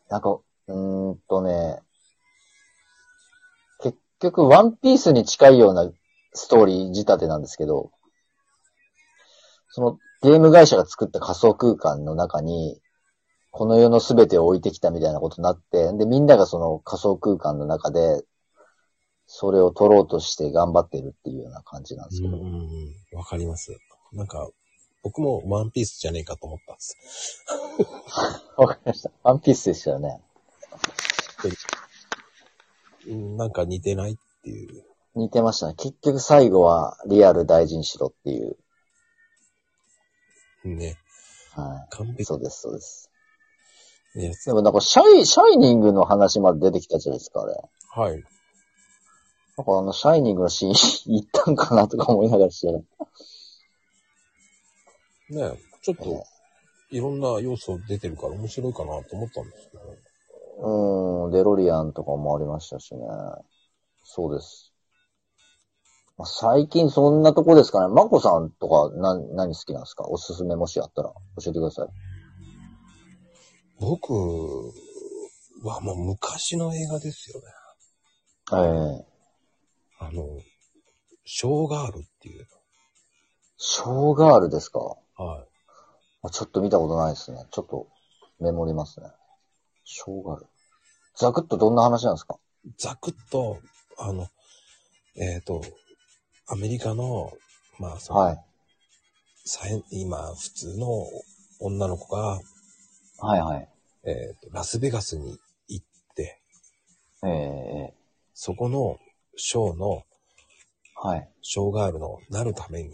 B: なんか、うーんとね、結局、ワンピースに近いようなストーリー仕立てなんですけど、そのゲーム会社が作った仮想空間の中に、この世の全てを置いてきたみたいなことになって、で、みんながその仮想空間の中で、それを取ろうとして頑張ってるっていうような感じなんで
A: う
B: すけ
A: ん
B: ど。
A: うんうん。わかります。なんか、僕もワンピースじゃねえかと思ったんです。
B: わ、かりました。ワンピースでしたよね。
A: うんなんか似てないっていう。
B: 似てましたね。結局最後はリアル大事にしろっていう。
A: ね。
B: はい。
A: 完璧
B: そうです、そうです。
A: なや
B: でもなんか、シャイ、シャイニングの話まで出てきたじゃないですか、あれ。
A: はい。
B: なんかあの、シャイニングのシーン 行ったんかなとか思いながらしてる。
A: ねちょっ
B: ね
A: と、いろんな要素出てるから面白いかなと思ったんですけど。
B: うーん、デロリアンとかもありましたしね。そうです。まあ最近そんなとこですかね。マコさんとか何、何好きなんですかおすすめもしあったら教えてください。
A: 僕はもう昔の映画ですよね。
B: ええ
A: あの、ショーガールっていう。
B: ショーガールですか
A: は
B: あちょっと見たことないですね。ちょっとメモりますね。ショーガール。ザクッとどんな話なんですか
A: い。ざくっと、あの、えっ、と、アメリカの、まあ、その、
B: はい。
A: さえ今、普通の女の子が、
B: はいはい。
A: えーとラスベガスに行って、
B: ええ
A: そこのショーの、
B: はい。
A: ショーガールのなるために、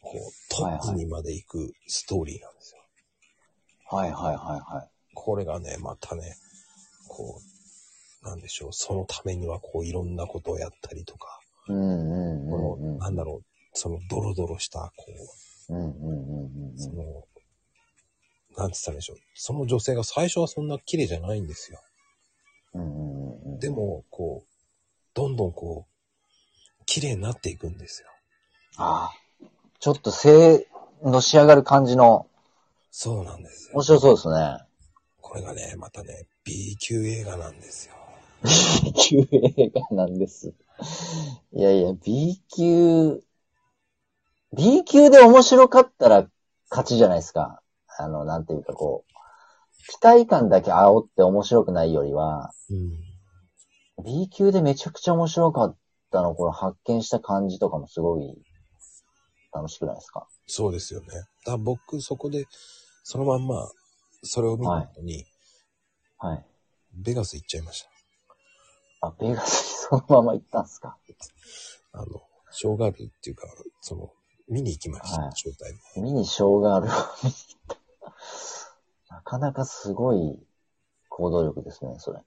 A: こう、トップにまで行くストーリーなんですよ。
B: はいはいはいはい。
A: これがね、またね、こう、なんでしょう、そのためにはこう、いろんなことをやったりとか、
B: うんうんう
A: こ
B: んう
A: の、
B: ん。
A: なんだろう、そのドロドロした、こ
B: うんうんうんうん
A: う、その、なんて言ったらいいんでしょう、その女性が最初はそんな綺麗じゃないんですよ。
B: うんうんうん。
A: で、も、こう、どんどんこう、綺麗になっていくんですよ。
B: ああ。ちょっと性の仕上がる感じの、
A: そうなんですよ。
B: 面白そうですね。
A: これがね、またね、B 級映画なんですよ。
B: B 級映画なんです。いやいや、B 級、B 級で面白かったら勝ちじゃないですか。あの、なんていうかこう、期待感だけ煽って面白くないよりは、
A: うん。
B: B 級でめちゃくちゃ面白かったの、この発見した感じとかもすごい楽しくないですか
A: そうですよね。だから僕、そこで、そのまんま、それを見た後に、
B: はい。
A: ベガス行っちゃいました。
B: あ、ベガスにそのまま行ったんすか。
A: あの、ショーガールっていうか、その、見に行きました、
B: はい
A: 招待も。
B: ミニショーガールを見に行った。なかなかすごい行動力ですね、それ。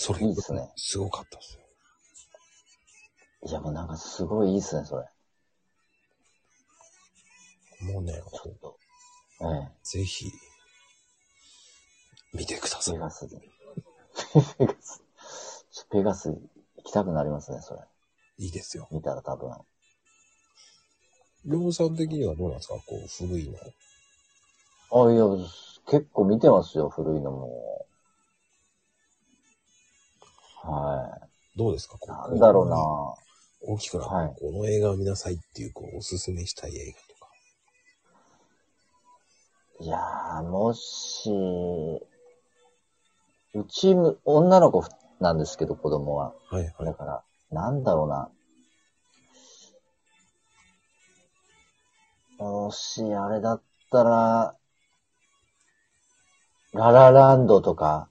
A: それ、
B: いいですね
A: すごかったですよ。
B: いや、もうなんかすごいいいですね、それ。
A: もうね、
B: ち
A: こ
B: ょっと。え
A: うぜひ、見てくだ
B: え、
A: さ
B: ベ
A: い。
B: ガスで。 ベガス。ちょベガス行きたくなりますね、それ。
A: いいですよ。
B: 見たら多分。
A: りょうさん的にはどうなんですかこう、古いの。
B: あ、いや、結構見てますよ、古いのも。は
A: どうですか
B: い。
A: こ
B: な
A: う、
B: んだろ
A: 大きくなって、
B: はい
A: この映画を見なさいっていう、こう、おすすめしたい映画とか。
B: うな。いやー、もし、うち、女の子なんですけど、子供は。
A: はいは
B: だ
A: い。
B: から、なんだろうな。もし、あれだったら、ララランドとか、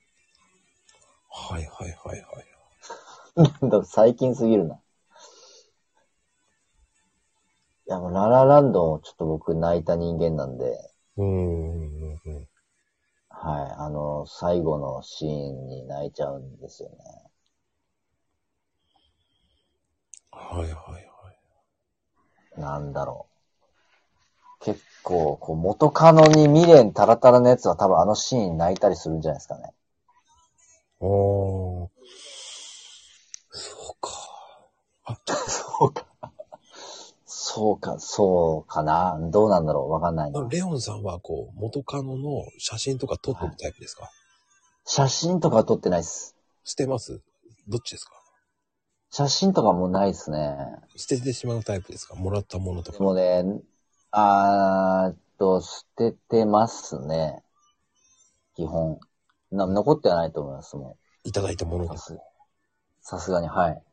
A: はいはいはいはい。
B: なんだろう最近すぎるな。いや、もうララランドもちょっと僕泣いた人間なんで、
A: うーん。うんうん
B: はい、あの、最後のシーンに泣いちゃうんですよね。
A: はいはいはい。
B: なんだろう。結構、こう、元カノに未練タラタラのやつは多分あのシーンに泣いたりするんじゃないですかね。
A: ああ。そうか。
B: そうか。そうか、そうかな。どうなんだろう。わかんないな。
A: レオンさんは、こう、元カノの写真とか撮ってるタイプですか、
B: 写真とかは撮ってないっす。
A: 捨てますどっちですか
B: 写真とかもうないっすね。
A: 捨ててしまうタイプですかもらったものと
B: で
A: か。
B: もね、あーっと、捨ててますね。基本。な残ってはないと思います、も
A: いただいたもの
B: う。
A: で
B: さ
A: す。
B: すさすがに、はい。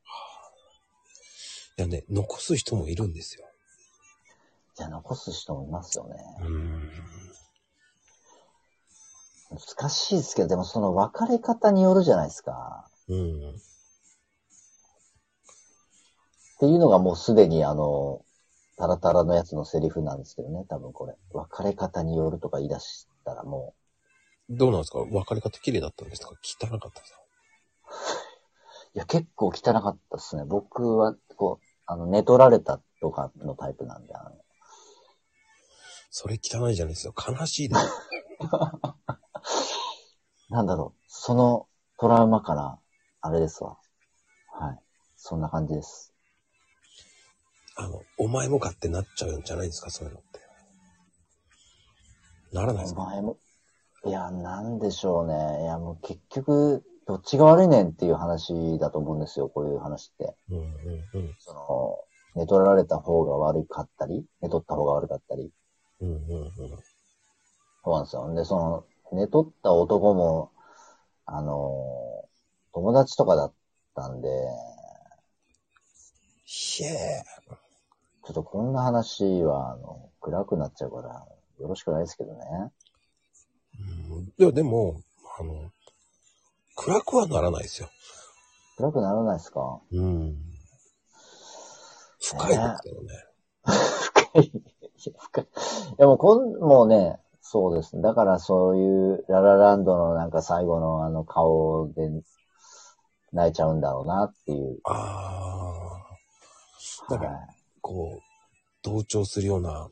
A: いやね、残す人もいるんですよ。
B: じゃあ残す人もいますよね。
A: うん。
B: 難しいですけど、でもその別れ方によるじゃないですか。
A: うん。
B: っていうのがもうすでにあの、タラタラのやつのセリフなんですけどね、多分これ。別れ方によるとか言い出したらも
A: どうなんですか別れ方綺麗だったんですか汚かったですか
B: う、いや結構汚かったですね。僕は、こう、あの、寝取られたとかのタイプなんで、あの、
A: それ汚いじゃないですか。悲しいです。
B: なんだろう、そのトラウマから、あれですわ。はい。そんな感じです。
A: あの、お前もかってなっちゃうんじゃないですかそういうのって。ならないで
B: お
A: すか
B: 前も、いや、なんでしょうね。いや、もう結局、どっちが悪いねんっていう話だと思うんですよ、こういう話って。
A: うんうん
B: その、寝取られた方が悪かったり、寝取った方が悪かったり。
A: うん。うんうんうん。
B: そうなんですよ。で、その、寝取った男も、あの、友達とかだったんで、
A: ひえ
B: ちょっとこんな話は、あの、暗くなっちゃうから、よろしくないですけどね。
A: うんいや、でも、あの、暗くはならないですよ。
B: 暗くならないですか
A: うん。深いですけどね。
B: 深い。いや、深い。いや、もうこん、もうね、そうですね。だからそういう、ララランドのなんか最後のあの顔で、泣いちゃうんだろうなっていう。
A: ああ。だから、
B: は
A: こう、同調するような、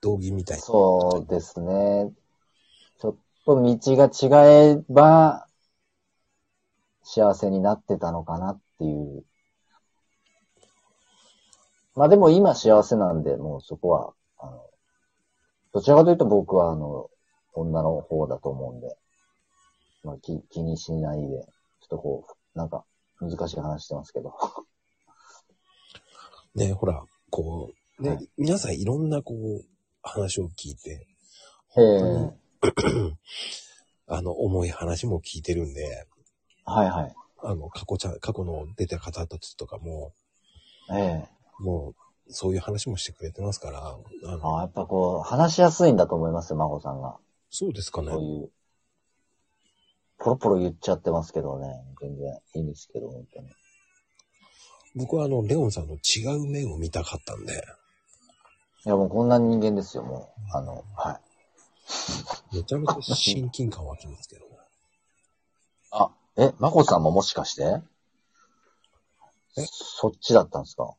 A: 道義みたい
B: い、
A: な。
B: そうですね。ちょっと道が違えば、幸せになってたのかなっていう。まあでも今幸せなんで、もうそこは、あの、どちらかというと僕はあの、女の方だと思うんで、まあ気気にしないで、ちょっとこう、なんか難しい話してますけど。
A: ね、ほら、こう、ね、
B: はい
A: 皆さんいろんなこう、話を聞いて、
B: ええ
A: うんあの、重い話も聞いてるんで、
B: はいはい。
A: あの、過去ちゃん、過去の出た方たちとかも、
B: ええ
A: もう、そういう話もしてくれてますから、あの
B: ああ、やっぱこう、話しやすいんだと思いますよ、孫さんが。
A: そうですかね
B: こ。ういう。ポロポロ言っちゃってますけどね。全然いいんですけど、本当に。
A: 僕はあの、レオンさんの違う面を見たかったんで、
B: いや、もうこんな人間ですよ、もう。あの、はい。
A: めちゃめちゃ親近感湧きますけど。
B: あ、え、まこさんももしかして
A: え
B: そっちだったんですか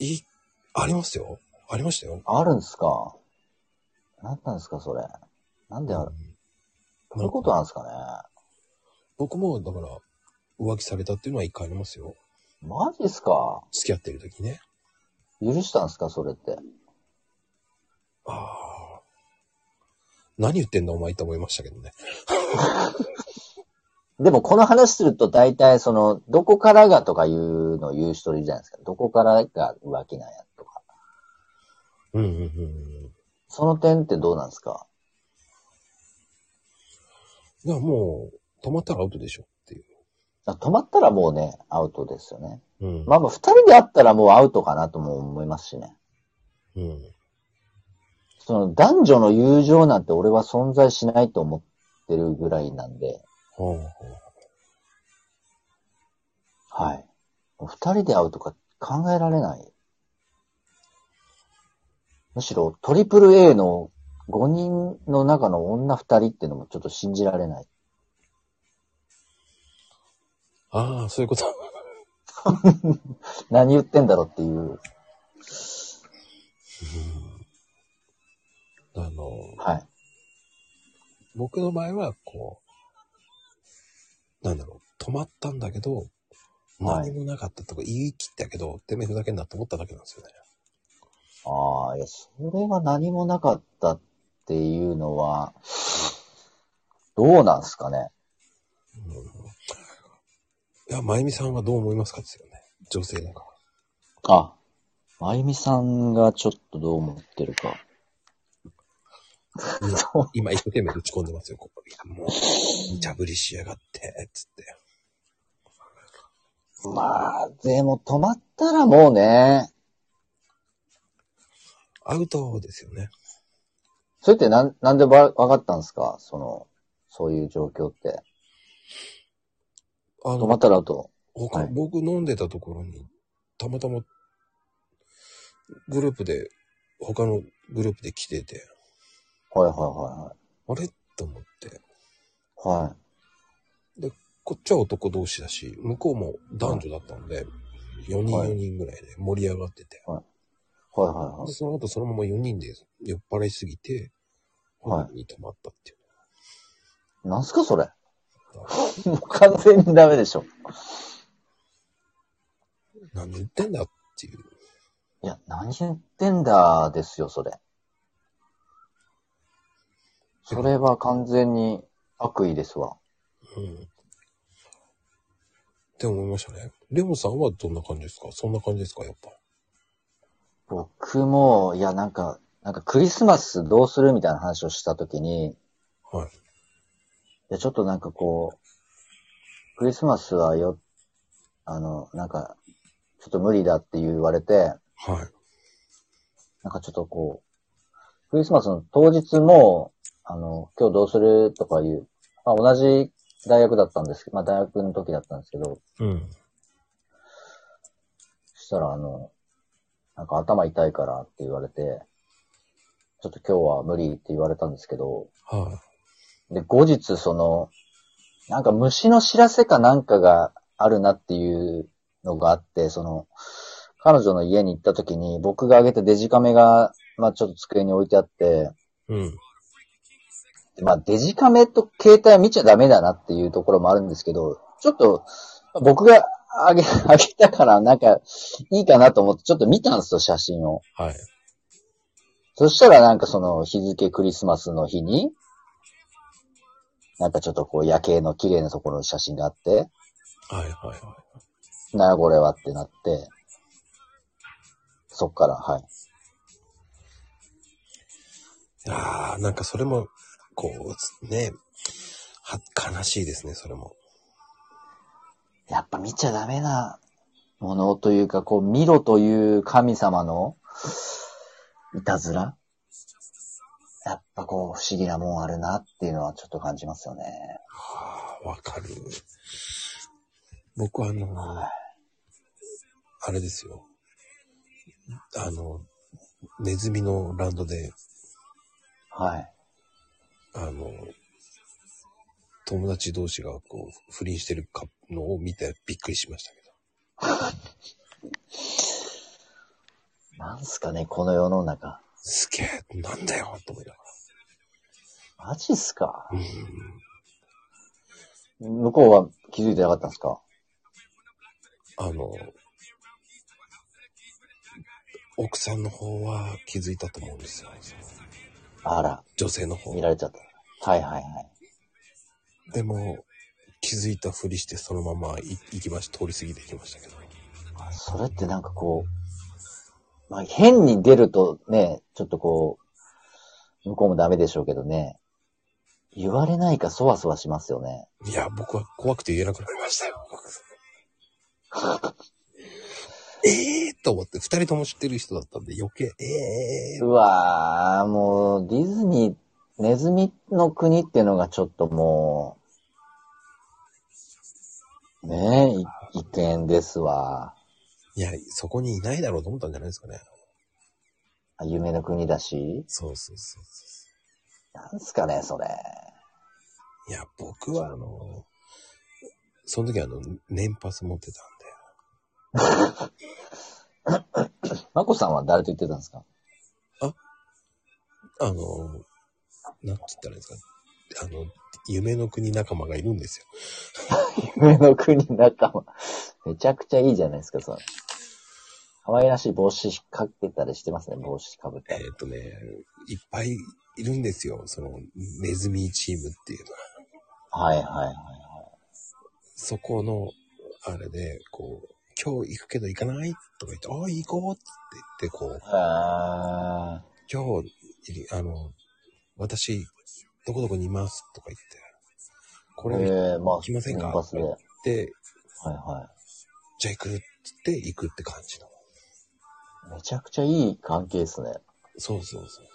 A: い、ありますよ。ありましたよ。
B: あるんですかなんなんですか、それ。なんである
A: うん
B: そういうことなんですかね。
A: 僕も、だから、浮気されたっていうのは一回ありますよ。
B: マジっすか
A: 付き合ってる時ね。
B: 許したんですか、それって。
A: ああ。何言ってんだお前って思いましたけどね。
B: でもこの話すると大体その、どこからがとかいうのを言う人いるじゃないですか。どこからが浮気なんやとか。
A: うんうんうん。
B: その点ってどうなんですか
A: だからもう、止まったらアウトでしょっていう。
B: あ止まったらもうね、アウトですよね。
A: うん。
B: まあまあ、二人で会ったらもうアウトかなとも思いますしね。
A: うん。
B: その男女の友情なんて俺は存在しないと思ってるぐらいなんで、
A: ほうほう
B: はい。もう二人で会うとか考えられない。むしろトリプル A の5人の中の女二人っていうのもちょっと信じられない。
A: ああ、そういうこと。
B: 何言ってんだろうっていう。
A: あの、
B: はい。
A: 僕の場合は、こう、なんだろう、止まったんだけど、
B: は
A: 何
B: い
A: もなかったとか言い切ったけど、てめえふざけんなって思っただけなんですよね。
B: ああ、いや、それは何もなかったっていうのは、どうなんすかね。
A: いや、まゆみさんはどう思いますかですよね。女性だから。
B: あ、まゆみさんがちょっとどう思ってるか。そう
A: 今一生懸命打ち込んでますよ、ここ。いや、もう、無茶ぶりしやがって、つって。
B: まあ、でも止まったらもうね、
A: アウトですよね。
B: それってなん、なんでわわかったんですかその、そういう状況って。
A: あ
B: 止ま
A: の
B: っ、たらと。
A: 他、
B: はい
A: 僕飲んでたところに、たまたま、グループで、他のグループで来てて、
B: はいはいは
A: あれと思って。
B: いはい。はい。
A: こっちは男同士だし、向こうも男女だったんで、4人
B: はい
A: 4人ぐらいで盛り上がってて。
B: はいはいは
A: で、
B: い。
A: その後そのまま4人で酔っ払いすぎて、
B: はい
A: に泊まったっていう。
B: なんすかそれ。もう完全にダメでしょ。
A: 何言ってんだっていう。
B: いや、何言ってんだですよ、それ。それは完全に悪意ですわ。
A: うん。って思いましたね。レモンさんはどんな感じですかそんな感じですかやっぱ。
B: 僕も、いや、なんか、なんかクリスマスどうするみたいな話をしたときに、
A: はい。
B: いや、ちょっとなんかこう、クリスマスはよ、あの、なんか、ちょっと無理だって言われて、
A: はい。
B: なんかちょっとこう、クリスマスの当日も、あの、今日どうするとかいう、まあ同じ大学だったんですけど、まあ大学の時だったんですけど、
A: うん。
B: そしたらあの、なんか頭痛いからって言われて、ちょっと今日は無理って言われたんですけど、
A: は
B: で、後日その、なんか虫の知らせかなんかがあるなっていうのがあって、その、彼女の家に行った時に僕があげたデジカメが、まあちょっと机に置いてあって、
A: い。うん。
B: まあデジカメと携帯は見ちゃダメだなっていうところもあるんですけど、ちょっと僕があげ、 あげたからなんかいいかなと思ってちょっと見たんですよ、写真を。
A: はい。
B: そしたらなんかその日付クリスマスの日に、なんかちょっとこう夜景の綺麗なところの写真があって、
A: はいはいは
B: なあこれはってなって、そっから、はい。
A: い。ああ、なんかそれも、こう、ね、は、悲しいですね、それも。
B: やっぱ見ちゃダメなものというか、こう、ミロという神様のいたずらやっぱこう、不思議なもんあるなっていうのはちょっと感じますよね。
A: はあ、わかる。僕あの、あれですよ。あの、ネズミのランドで、
B: はい。
A: あの、友達同士がこう、不倫してるかのを見てびっくりしましたけど。
B: なんすかね、この世の中。
A: すげえ、なんだよ、と思いなが。
B: マジっすか
A: う
B: ら
A: ん。
B: 向こうは気づいてなかったんですか
A: あの、奥さんの方は気づいたと思うんですよ。
B: あら、
A: 女性の方
B: 見。られちゃった。はいはいはい。
A: でも、気づいたふりしてそのままい行きました、通り過ぎていきましたけど。
B: それってなんかこう、まあ、変に出るとね、ちょっとこう、向こうもダメでしょうけどね、言われないかそわそわしますよね。
A: いや、僕は怖くて言えなくなりましたよ。ええー、と思って、二人とも知ってる人だったんで余計、ええ
B: うわー、もうディズニー、ネズミの国っていうのがちょっともう、ねえ、い意見ですわ。
A: いや、そこにいないだろうと思ったんじゃないですかね。
B: あ夢の国だし、
A: そうそうそうそ
B: なんすかね、それ。
A: う。いや、僕はあの、その時あの、年パス持ってたんで、
B: まこさんは誰と言ってたんですか
A: あの、なんつったらいいですか。あの、夢の国仲間がいるんですよ。
B: 夢の国仲間。めちゃくちゃいいじゃないですか、それ。可愛らしい帽子かけたりしてますね、帽子かぶった
A: え
B: り。
A: ーっとね、いっぱいいるんですよ。その、ネズミチームっていうのは。
B: はいはいはい。
A: そこの、あれで、こう、今日行くけど行かないとか言って、ああ、行こうって言って、こう、
B: あ
A: 今日、いあの、私、どこどこにいますとか言って、こ
B: ー
A: れ
B: え
A: 行
B: ー、まあ、
A: きませんか
B: 年パスで。はい
A: って、
B: は
A: じゃあ行くって言って行くって感じの。
B: い。めちゃくちゃいい関係ですね。
A: そうそうそう。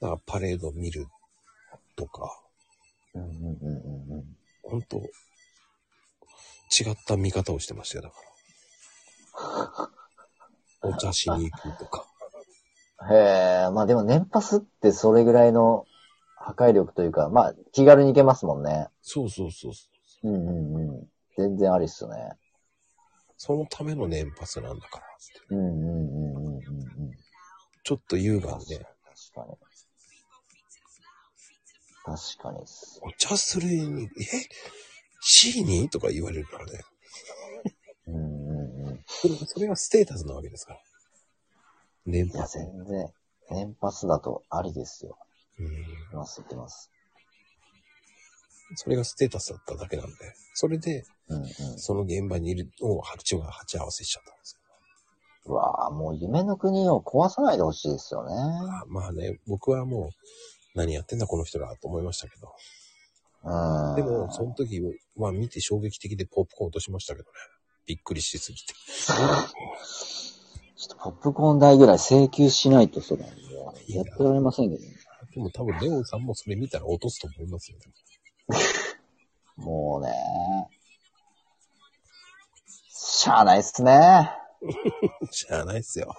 A: だからパレード見るとか、
B: うんうんうんうんうん。
A: ほんと、違った見方をしてましたよ、だから。お茶しに行くとか。
B: へえ、まあでも年パスってそれぐらいの破壊力というか、まあ気軽に行けますもんね。
A: そうそうそう。
B: うんうんうん。全然ありっすね。
A: そのための年パスなんだから。
B: うんうんうんうんうんうん。
A: ちょっと優雅にね、
B: 確かに。確かにです。
A: お茶するに、え ?C にとか言われるからね。
B: うんうんうん。
A: それそれがステータスなわけですから。年
B: いや、
A: パス。
B: 全然、年パスだとありですよ。
A: うん。
B: いきます、いきます。
A: それがステータスだっただけなんで。それで、
B: うんうん。
A: その現場にいるを白鳥が鉢合わせしちゃったんですよ。
B: うわぁ、もう夢の国を壊さないでほしいですよね。
A: あまあね、僕はもう、何やってんだこの人らと思いましたけど。
B: うん。
A: でも、その時は見て衝撃的でポップコーン落としましたけどね。びっくりしすぎて。
B: ちょっとポップコーン代ぐらい請求しないと、それ。
A: いや
B: やってられませんけどね。
A: でも多分、レオンさんもそれ見たら落とすと思いますよ。
B: もうね。しゃあないっすね。
A: 知らないっすよ。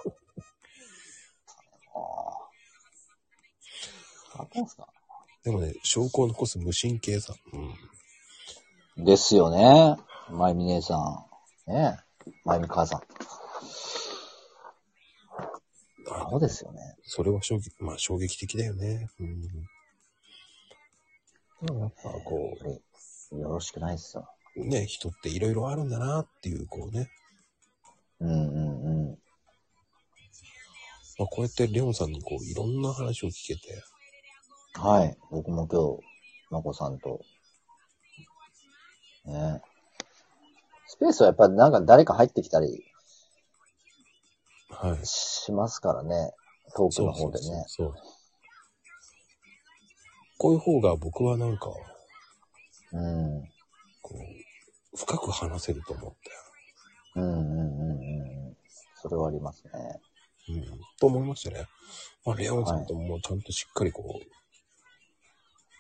B: もう。わかんないっすか
A: でもね、証拠を残す無神経さ。うん。
B: ですよね。まゆみ姉さん。ねえ。まゆみ母さん。
A: あ
B: そうですよね。
A: それは衝撃、まあ衝撃的だよね。うん。でもやっぱこ
B: やっぱりよろしくないっすよ。
A: う、ね、人っていろいろあるんだなっていう、こうね。
B: うんうんうん。
A: まあこうやってレオンさんにこう、いろんな話を聞けて、
B: はい。僕も今日、まこさんと。ねスペースはやっぱりなんか誰か入ってきたり
A: はい。
B: しますからね。トークの方でね。
A: そうそうそうこういう方が僕はなんか、
B: うん。
A: こう、深く話せると思って。
B: うんうんうんうん。それはありますね。
A: うん、と思いましたね。まあ、レオンさんともちゃんとしっかりこう、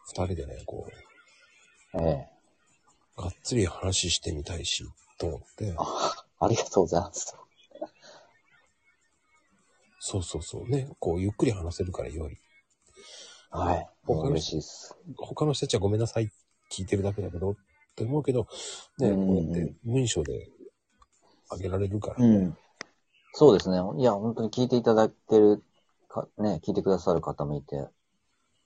A: 二、人でね、こ
B: ええ。
A: う、がっつり話してみたいし、と思って、
B: ありがとうございます。
A: そうそうそうね、こう、ゆっくり話せるから良い。
B: はい。
A: 他の
B: 嬉しいです。
A: 他の人たちはごめんなさい、聞いてるだけだけど、って思うけど、ね、
B: うん
A: こうやって文章であげられるから、
B: うん。そうですね。いや、本当に聞いていただけるか、ね、聞いてくださる方もいて、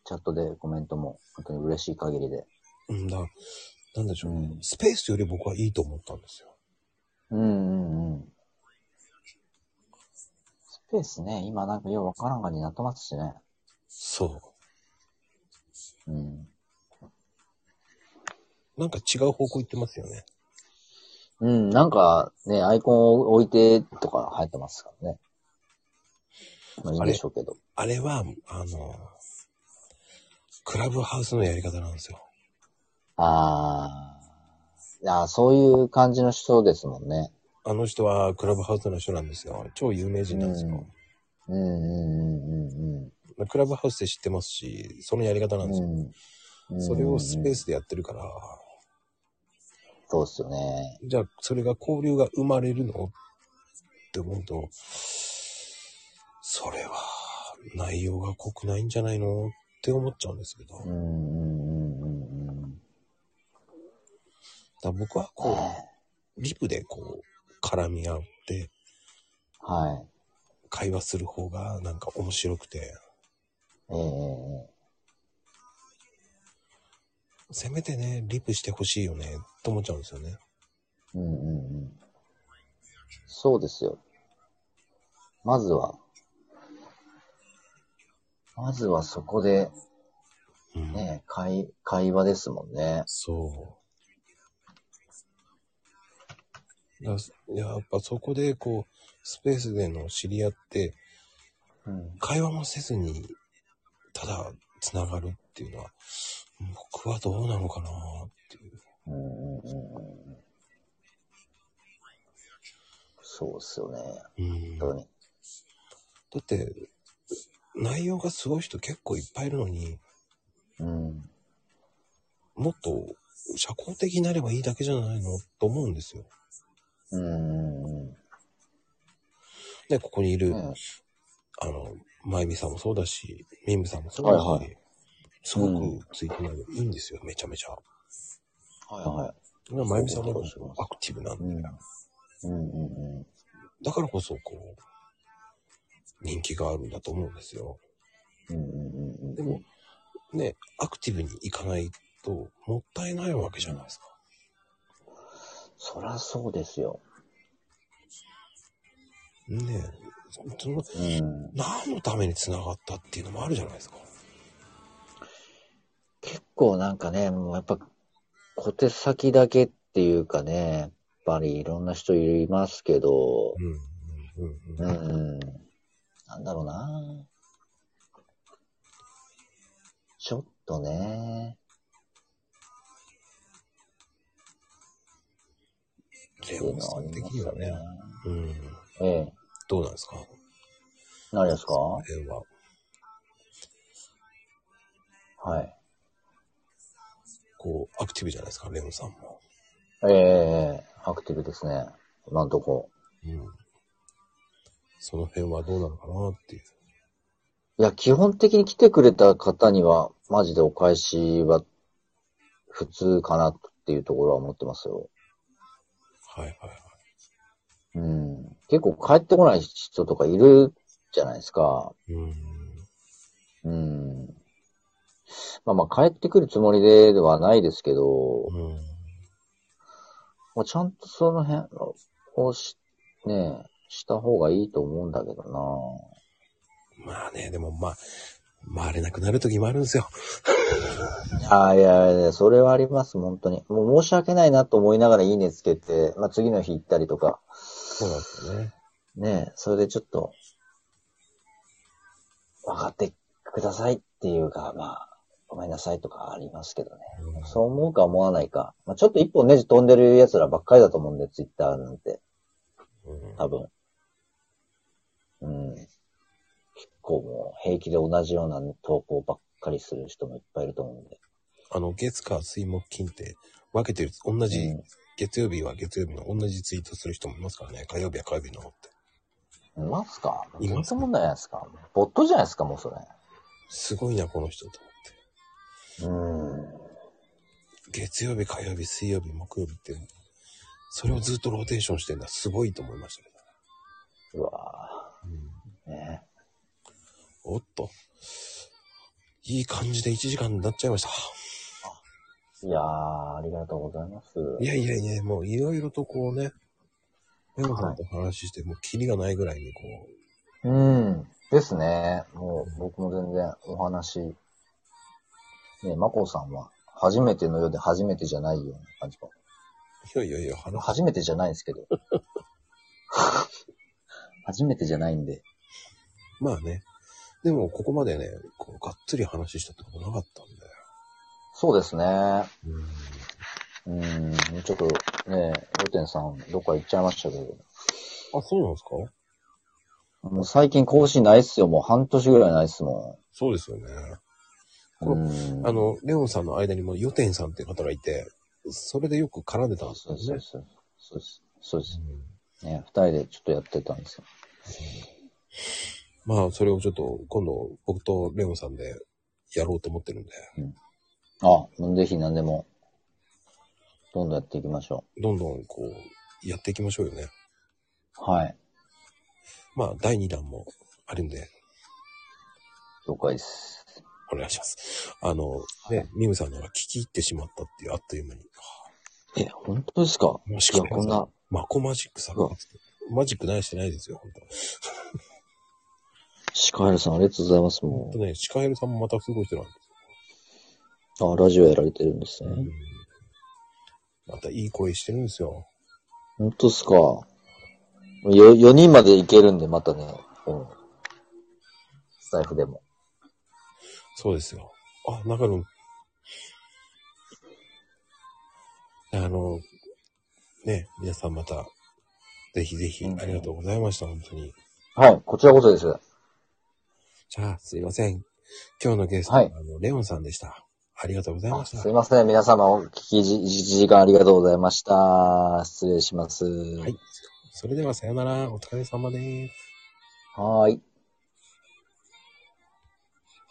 B: チャットでコメントも本当に嬉しい限りで。
A: うんだ、なんでしょう、
B: うん
A: スペースより僕はいいと思ったんですよ。
B: うんうんうん。スペースね、今なんかようわからんがになってますしね。
A: そ
B: うん。
A: う。なんか違う方向行ってますよね。
B: うん、なんかね、アイコンを置いてとか入ってますからね。まあいいんでしょうけど。
A: あれは、あの、クラブハウスのやり方なんですよ。
B: あー。いや、そういう感じの人ですもんね。
A: あの人はクラブハウスの人なんですよ。超有名人なんですよ。
B: うんうんうん
A: クラブハウスで知ってますし、そのやり方な
B: うんん
A: ですよ。
B: うん。うん。
A: それをスペー
B: ス。
A: スでやってるから、
B: そうっすよね。
A: じゃあそれが交流が生まれるのって思うと、それは内容が濃くないんじゃないのって思っちゃうんですけど、だ
B: う
A: か
B: んうんうんうんうん。
A: ら僕はこ
B: は
A: う、リプでこう、絡み合って
B: い。
A: 会話する方がなんか面白くて、
B: ええ
A: せめてね、リプしてほしいよね、と思っちゃうんですよね。
B: うんうんうん。そうですよ。まずは、まずはそこで、
A: うん
B: ね、会、会話ですもんね。
A: そう。だやっぱそこでこう、スペースでの知り合って、
B: うん。
A: 会話もせずに、ただ繋がるっていうのは、僕はどうなのかなっていう。
B: うんうんうんうん。そうっすよね。
A: うん、だ
B: 本当に。
A: って、内容がすごい人結構いっぱいいるのに、
B: うん。
A: もっと社交的になればいいだけじゃないのと思うんですよ。
B: うんうんうん。
A: ね、ここにいる、
B: うん
A: あの、まゆみさんもそうだし、みむさんもそうだし、
B: はいは
A: すごくツイッター内容いいんですよ、めちゃめちゃ。
B: はいは
A: まあまゆみさんも
B: そうそうそう
A: アクティブなんで、
B: うんい。うんうんうん。
A: だからこそこう、人気があるんだと思うんですよ。
B: うんうんうんうん。
A: でも、ね、アクティブに行かないともったいないわけじゃないですか。
B: そらそうですよ。
A: ねその、
B: うん。
A: 何のために繋がったっていうのもあるじゃないですか。
B: 結構なんかね、もうやっぱ、小手先だけっていうかね、やっぱりいろんな人いますけど、
A: うん、うん、うん。
B: う
A: うん
B: ん、なんだろうな。ちょっとね、
A: レオンさん的にはね、うん。
B: ええ、
A: どうなんですか
B: 何ですか
A: この辺は。
B: はい。
A: こう、アクティブじゃないですか、レオンさんも。
B: ええ、アクティブですね。今んとこ。
A: うん。その辺はどうなのかなっていう。
B: いや、基本的に来てくれた方には、マジでお返しは、普通かなっていうところは思ってますよ。
A: はいはいはい。
B: うん結構帰ってこない人とかいるじゃないですか。
A: うん。
B: うん。まあまあ帰ってくるつもりではないですけど、
A: うん。
B: もうちゃんとその辺をし、ねえ、した方がいいと思うんだけど
A: まあね、でもまあ、回れなくなる時もあるんですよ。
B: なあいやいや、それはあります、本当に。もう申し訳ないなと思いながらいいねつけて、まあ次の日行ったりとか、
A: そうなんですよね。
B: ねえ、それでちょっと、分かってくださいっていうか、まあ、ごめんなさいとかありますけどね。
A: うん
B: そう思うか思わないか。まあ、ちょっと一本ネジ飛んでる奴らばっかりだと思うんで、ツイッターなんて。
A: うん
B: 多分。うん。結構もう平気で同じような投稿ばっかりする人もいっぱいいると思うんで。
A: あの、月火水木金って分けてる、同じ、月曜日は月曜日の同じツイートする人もいますからね。火曜日は火曜日の方って。
B: うん、いますか
A: いますね
B: 全然問題ないですかボットじゃないですか、もうそれ。
A: すごいな、この人と思
B: うん。
A: って。月曜日、火曜日、水曜日、木曜日って、それをずっとローテーションしてるのはすごいと思いましたけ
B: うわ
A: ど。
B: ぁ。ね
A: おっと。いい感じで1時間になっちゃいました。
B: いやー、ありがとうございます。
A: いやいやいや、もういろいろとこうね、メモさんと話して、もうキリがないぐらいにこ
B: うん。ですね。もう僕も全然お話、ね、マコさんは初めてのようで初めてじゃないような感じか。
A: う、いやいやいや、話
B: 初めてじゃないです けど。初めてじゃないんで。
A: まあね。でも、ここまでね、こう、がっつり話したってことなかったんだよ。
B: そうですね。
A: うん。
B: うん。ちょっとね、ロテンさんどっか行っちゃいましたけど。
A: あ、そうなんですか
B: もう最近更新ないっすよ。もう半年ぐらいないっすも
A: そうですよね。
B: ん。
A: こ
B: うん。
A: あ、の、レオンさんの間にも、ヨテンさんっていう方がいて、それでよく絡んでたんです
B: そ
A: よ
B: うそう
A: ね。
B: そう。そうです。そうです。ね、二人でちょっとやってたんですよ。
A: まあ、それをちょっと、今度、僕とレオンさんでやろうと思ってるんで、
B: あ、もうぜひ何でも、どんどんやっていきましょ
A: どんどん、こう、やっていきましょうよね。
B: う。はい。
A: まあ、第2弾もあるんで、
B: 了解です。
A: お願いします。あの、ね、ミムさんのが聞き入ってしまったっていう、あっという間に。
B: え、本当ですか
A: もし
B: い
A: か
B: や、
A: した
B: こん
A: ら、
B: な、
A: マコマジックさんがマジックないしてないですよ、本当
B: シカエルさんありがとうございます。
A: ほん
B: も
A: とね、シカエルさんもまたすごい人なんです
B: う、あ、ラジオやられてるんです
A: よ、
B: ね。
A: またいい声してるんですよ。
B: 本当ですかよ、4人までいけるんで、またね、うん。スタイフでも。
A: そうですよ。あ、中野。あの、ね、皆さんまた、ぜひぜひ
B: うん
A: ありがとうございました、本当に。
B: はい、こちらこそです。
A: じゃあ、すいません。今日のゲスト、
B: はい
A: あのレオンさんでした。ありがとうござい
B: あ
A: ました。
B: すいません、皆様お聞きじ、時間ありがとうございました。失礼します。
A: はい。それではさよなら。お疲れ様です。
B: はーい。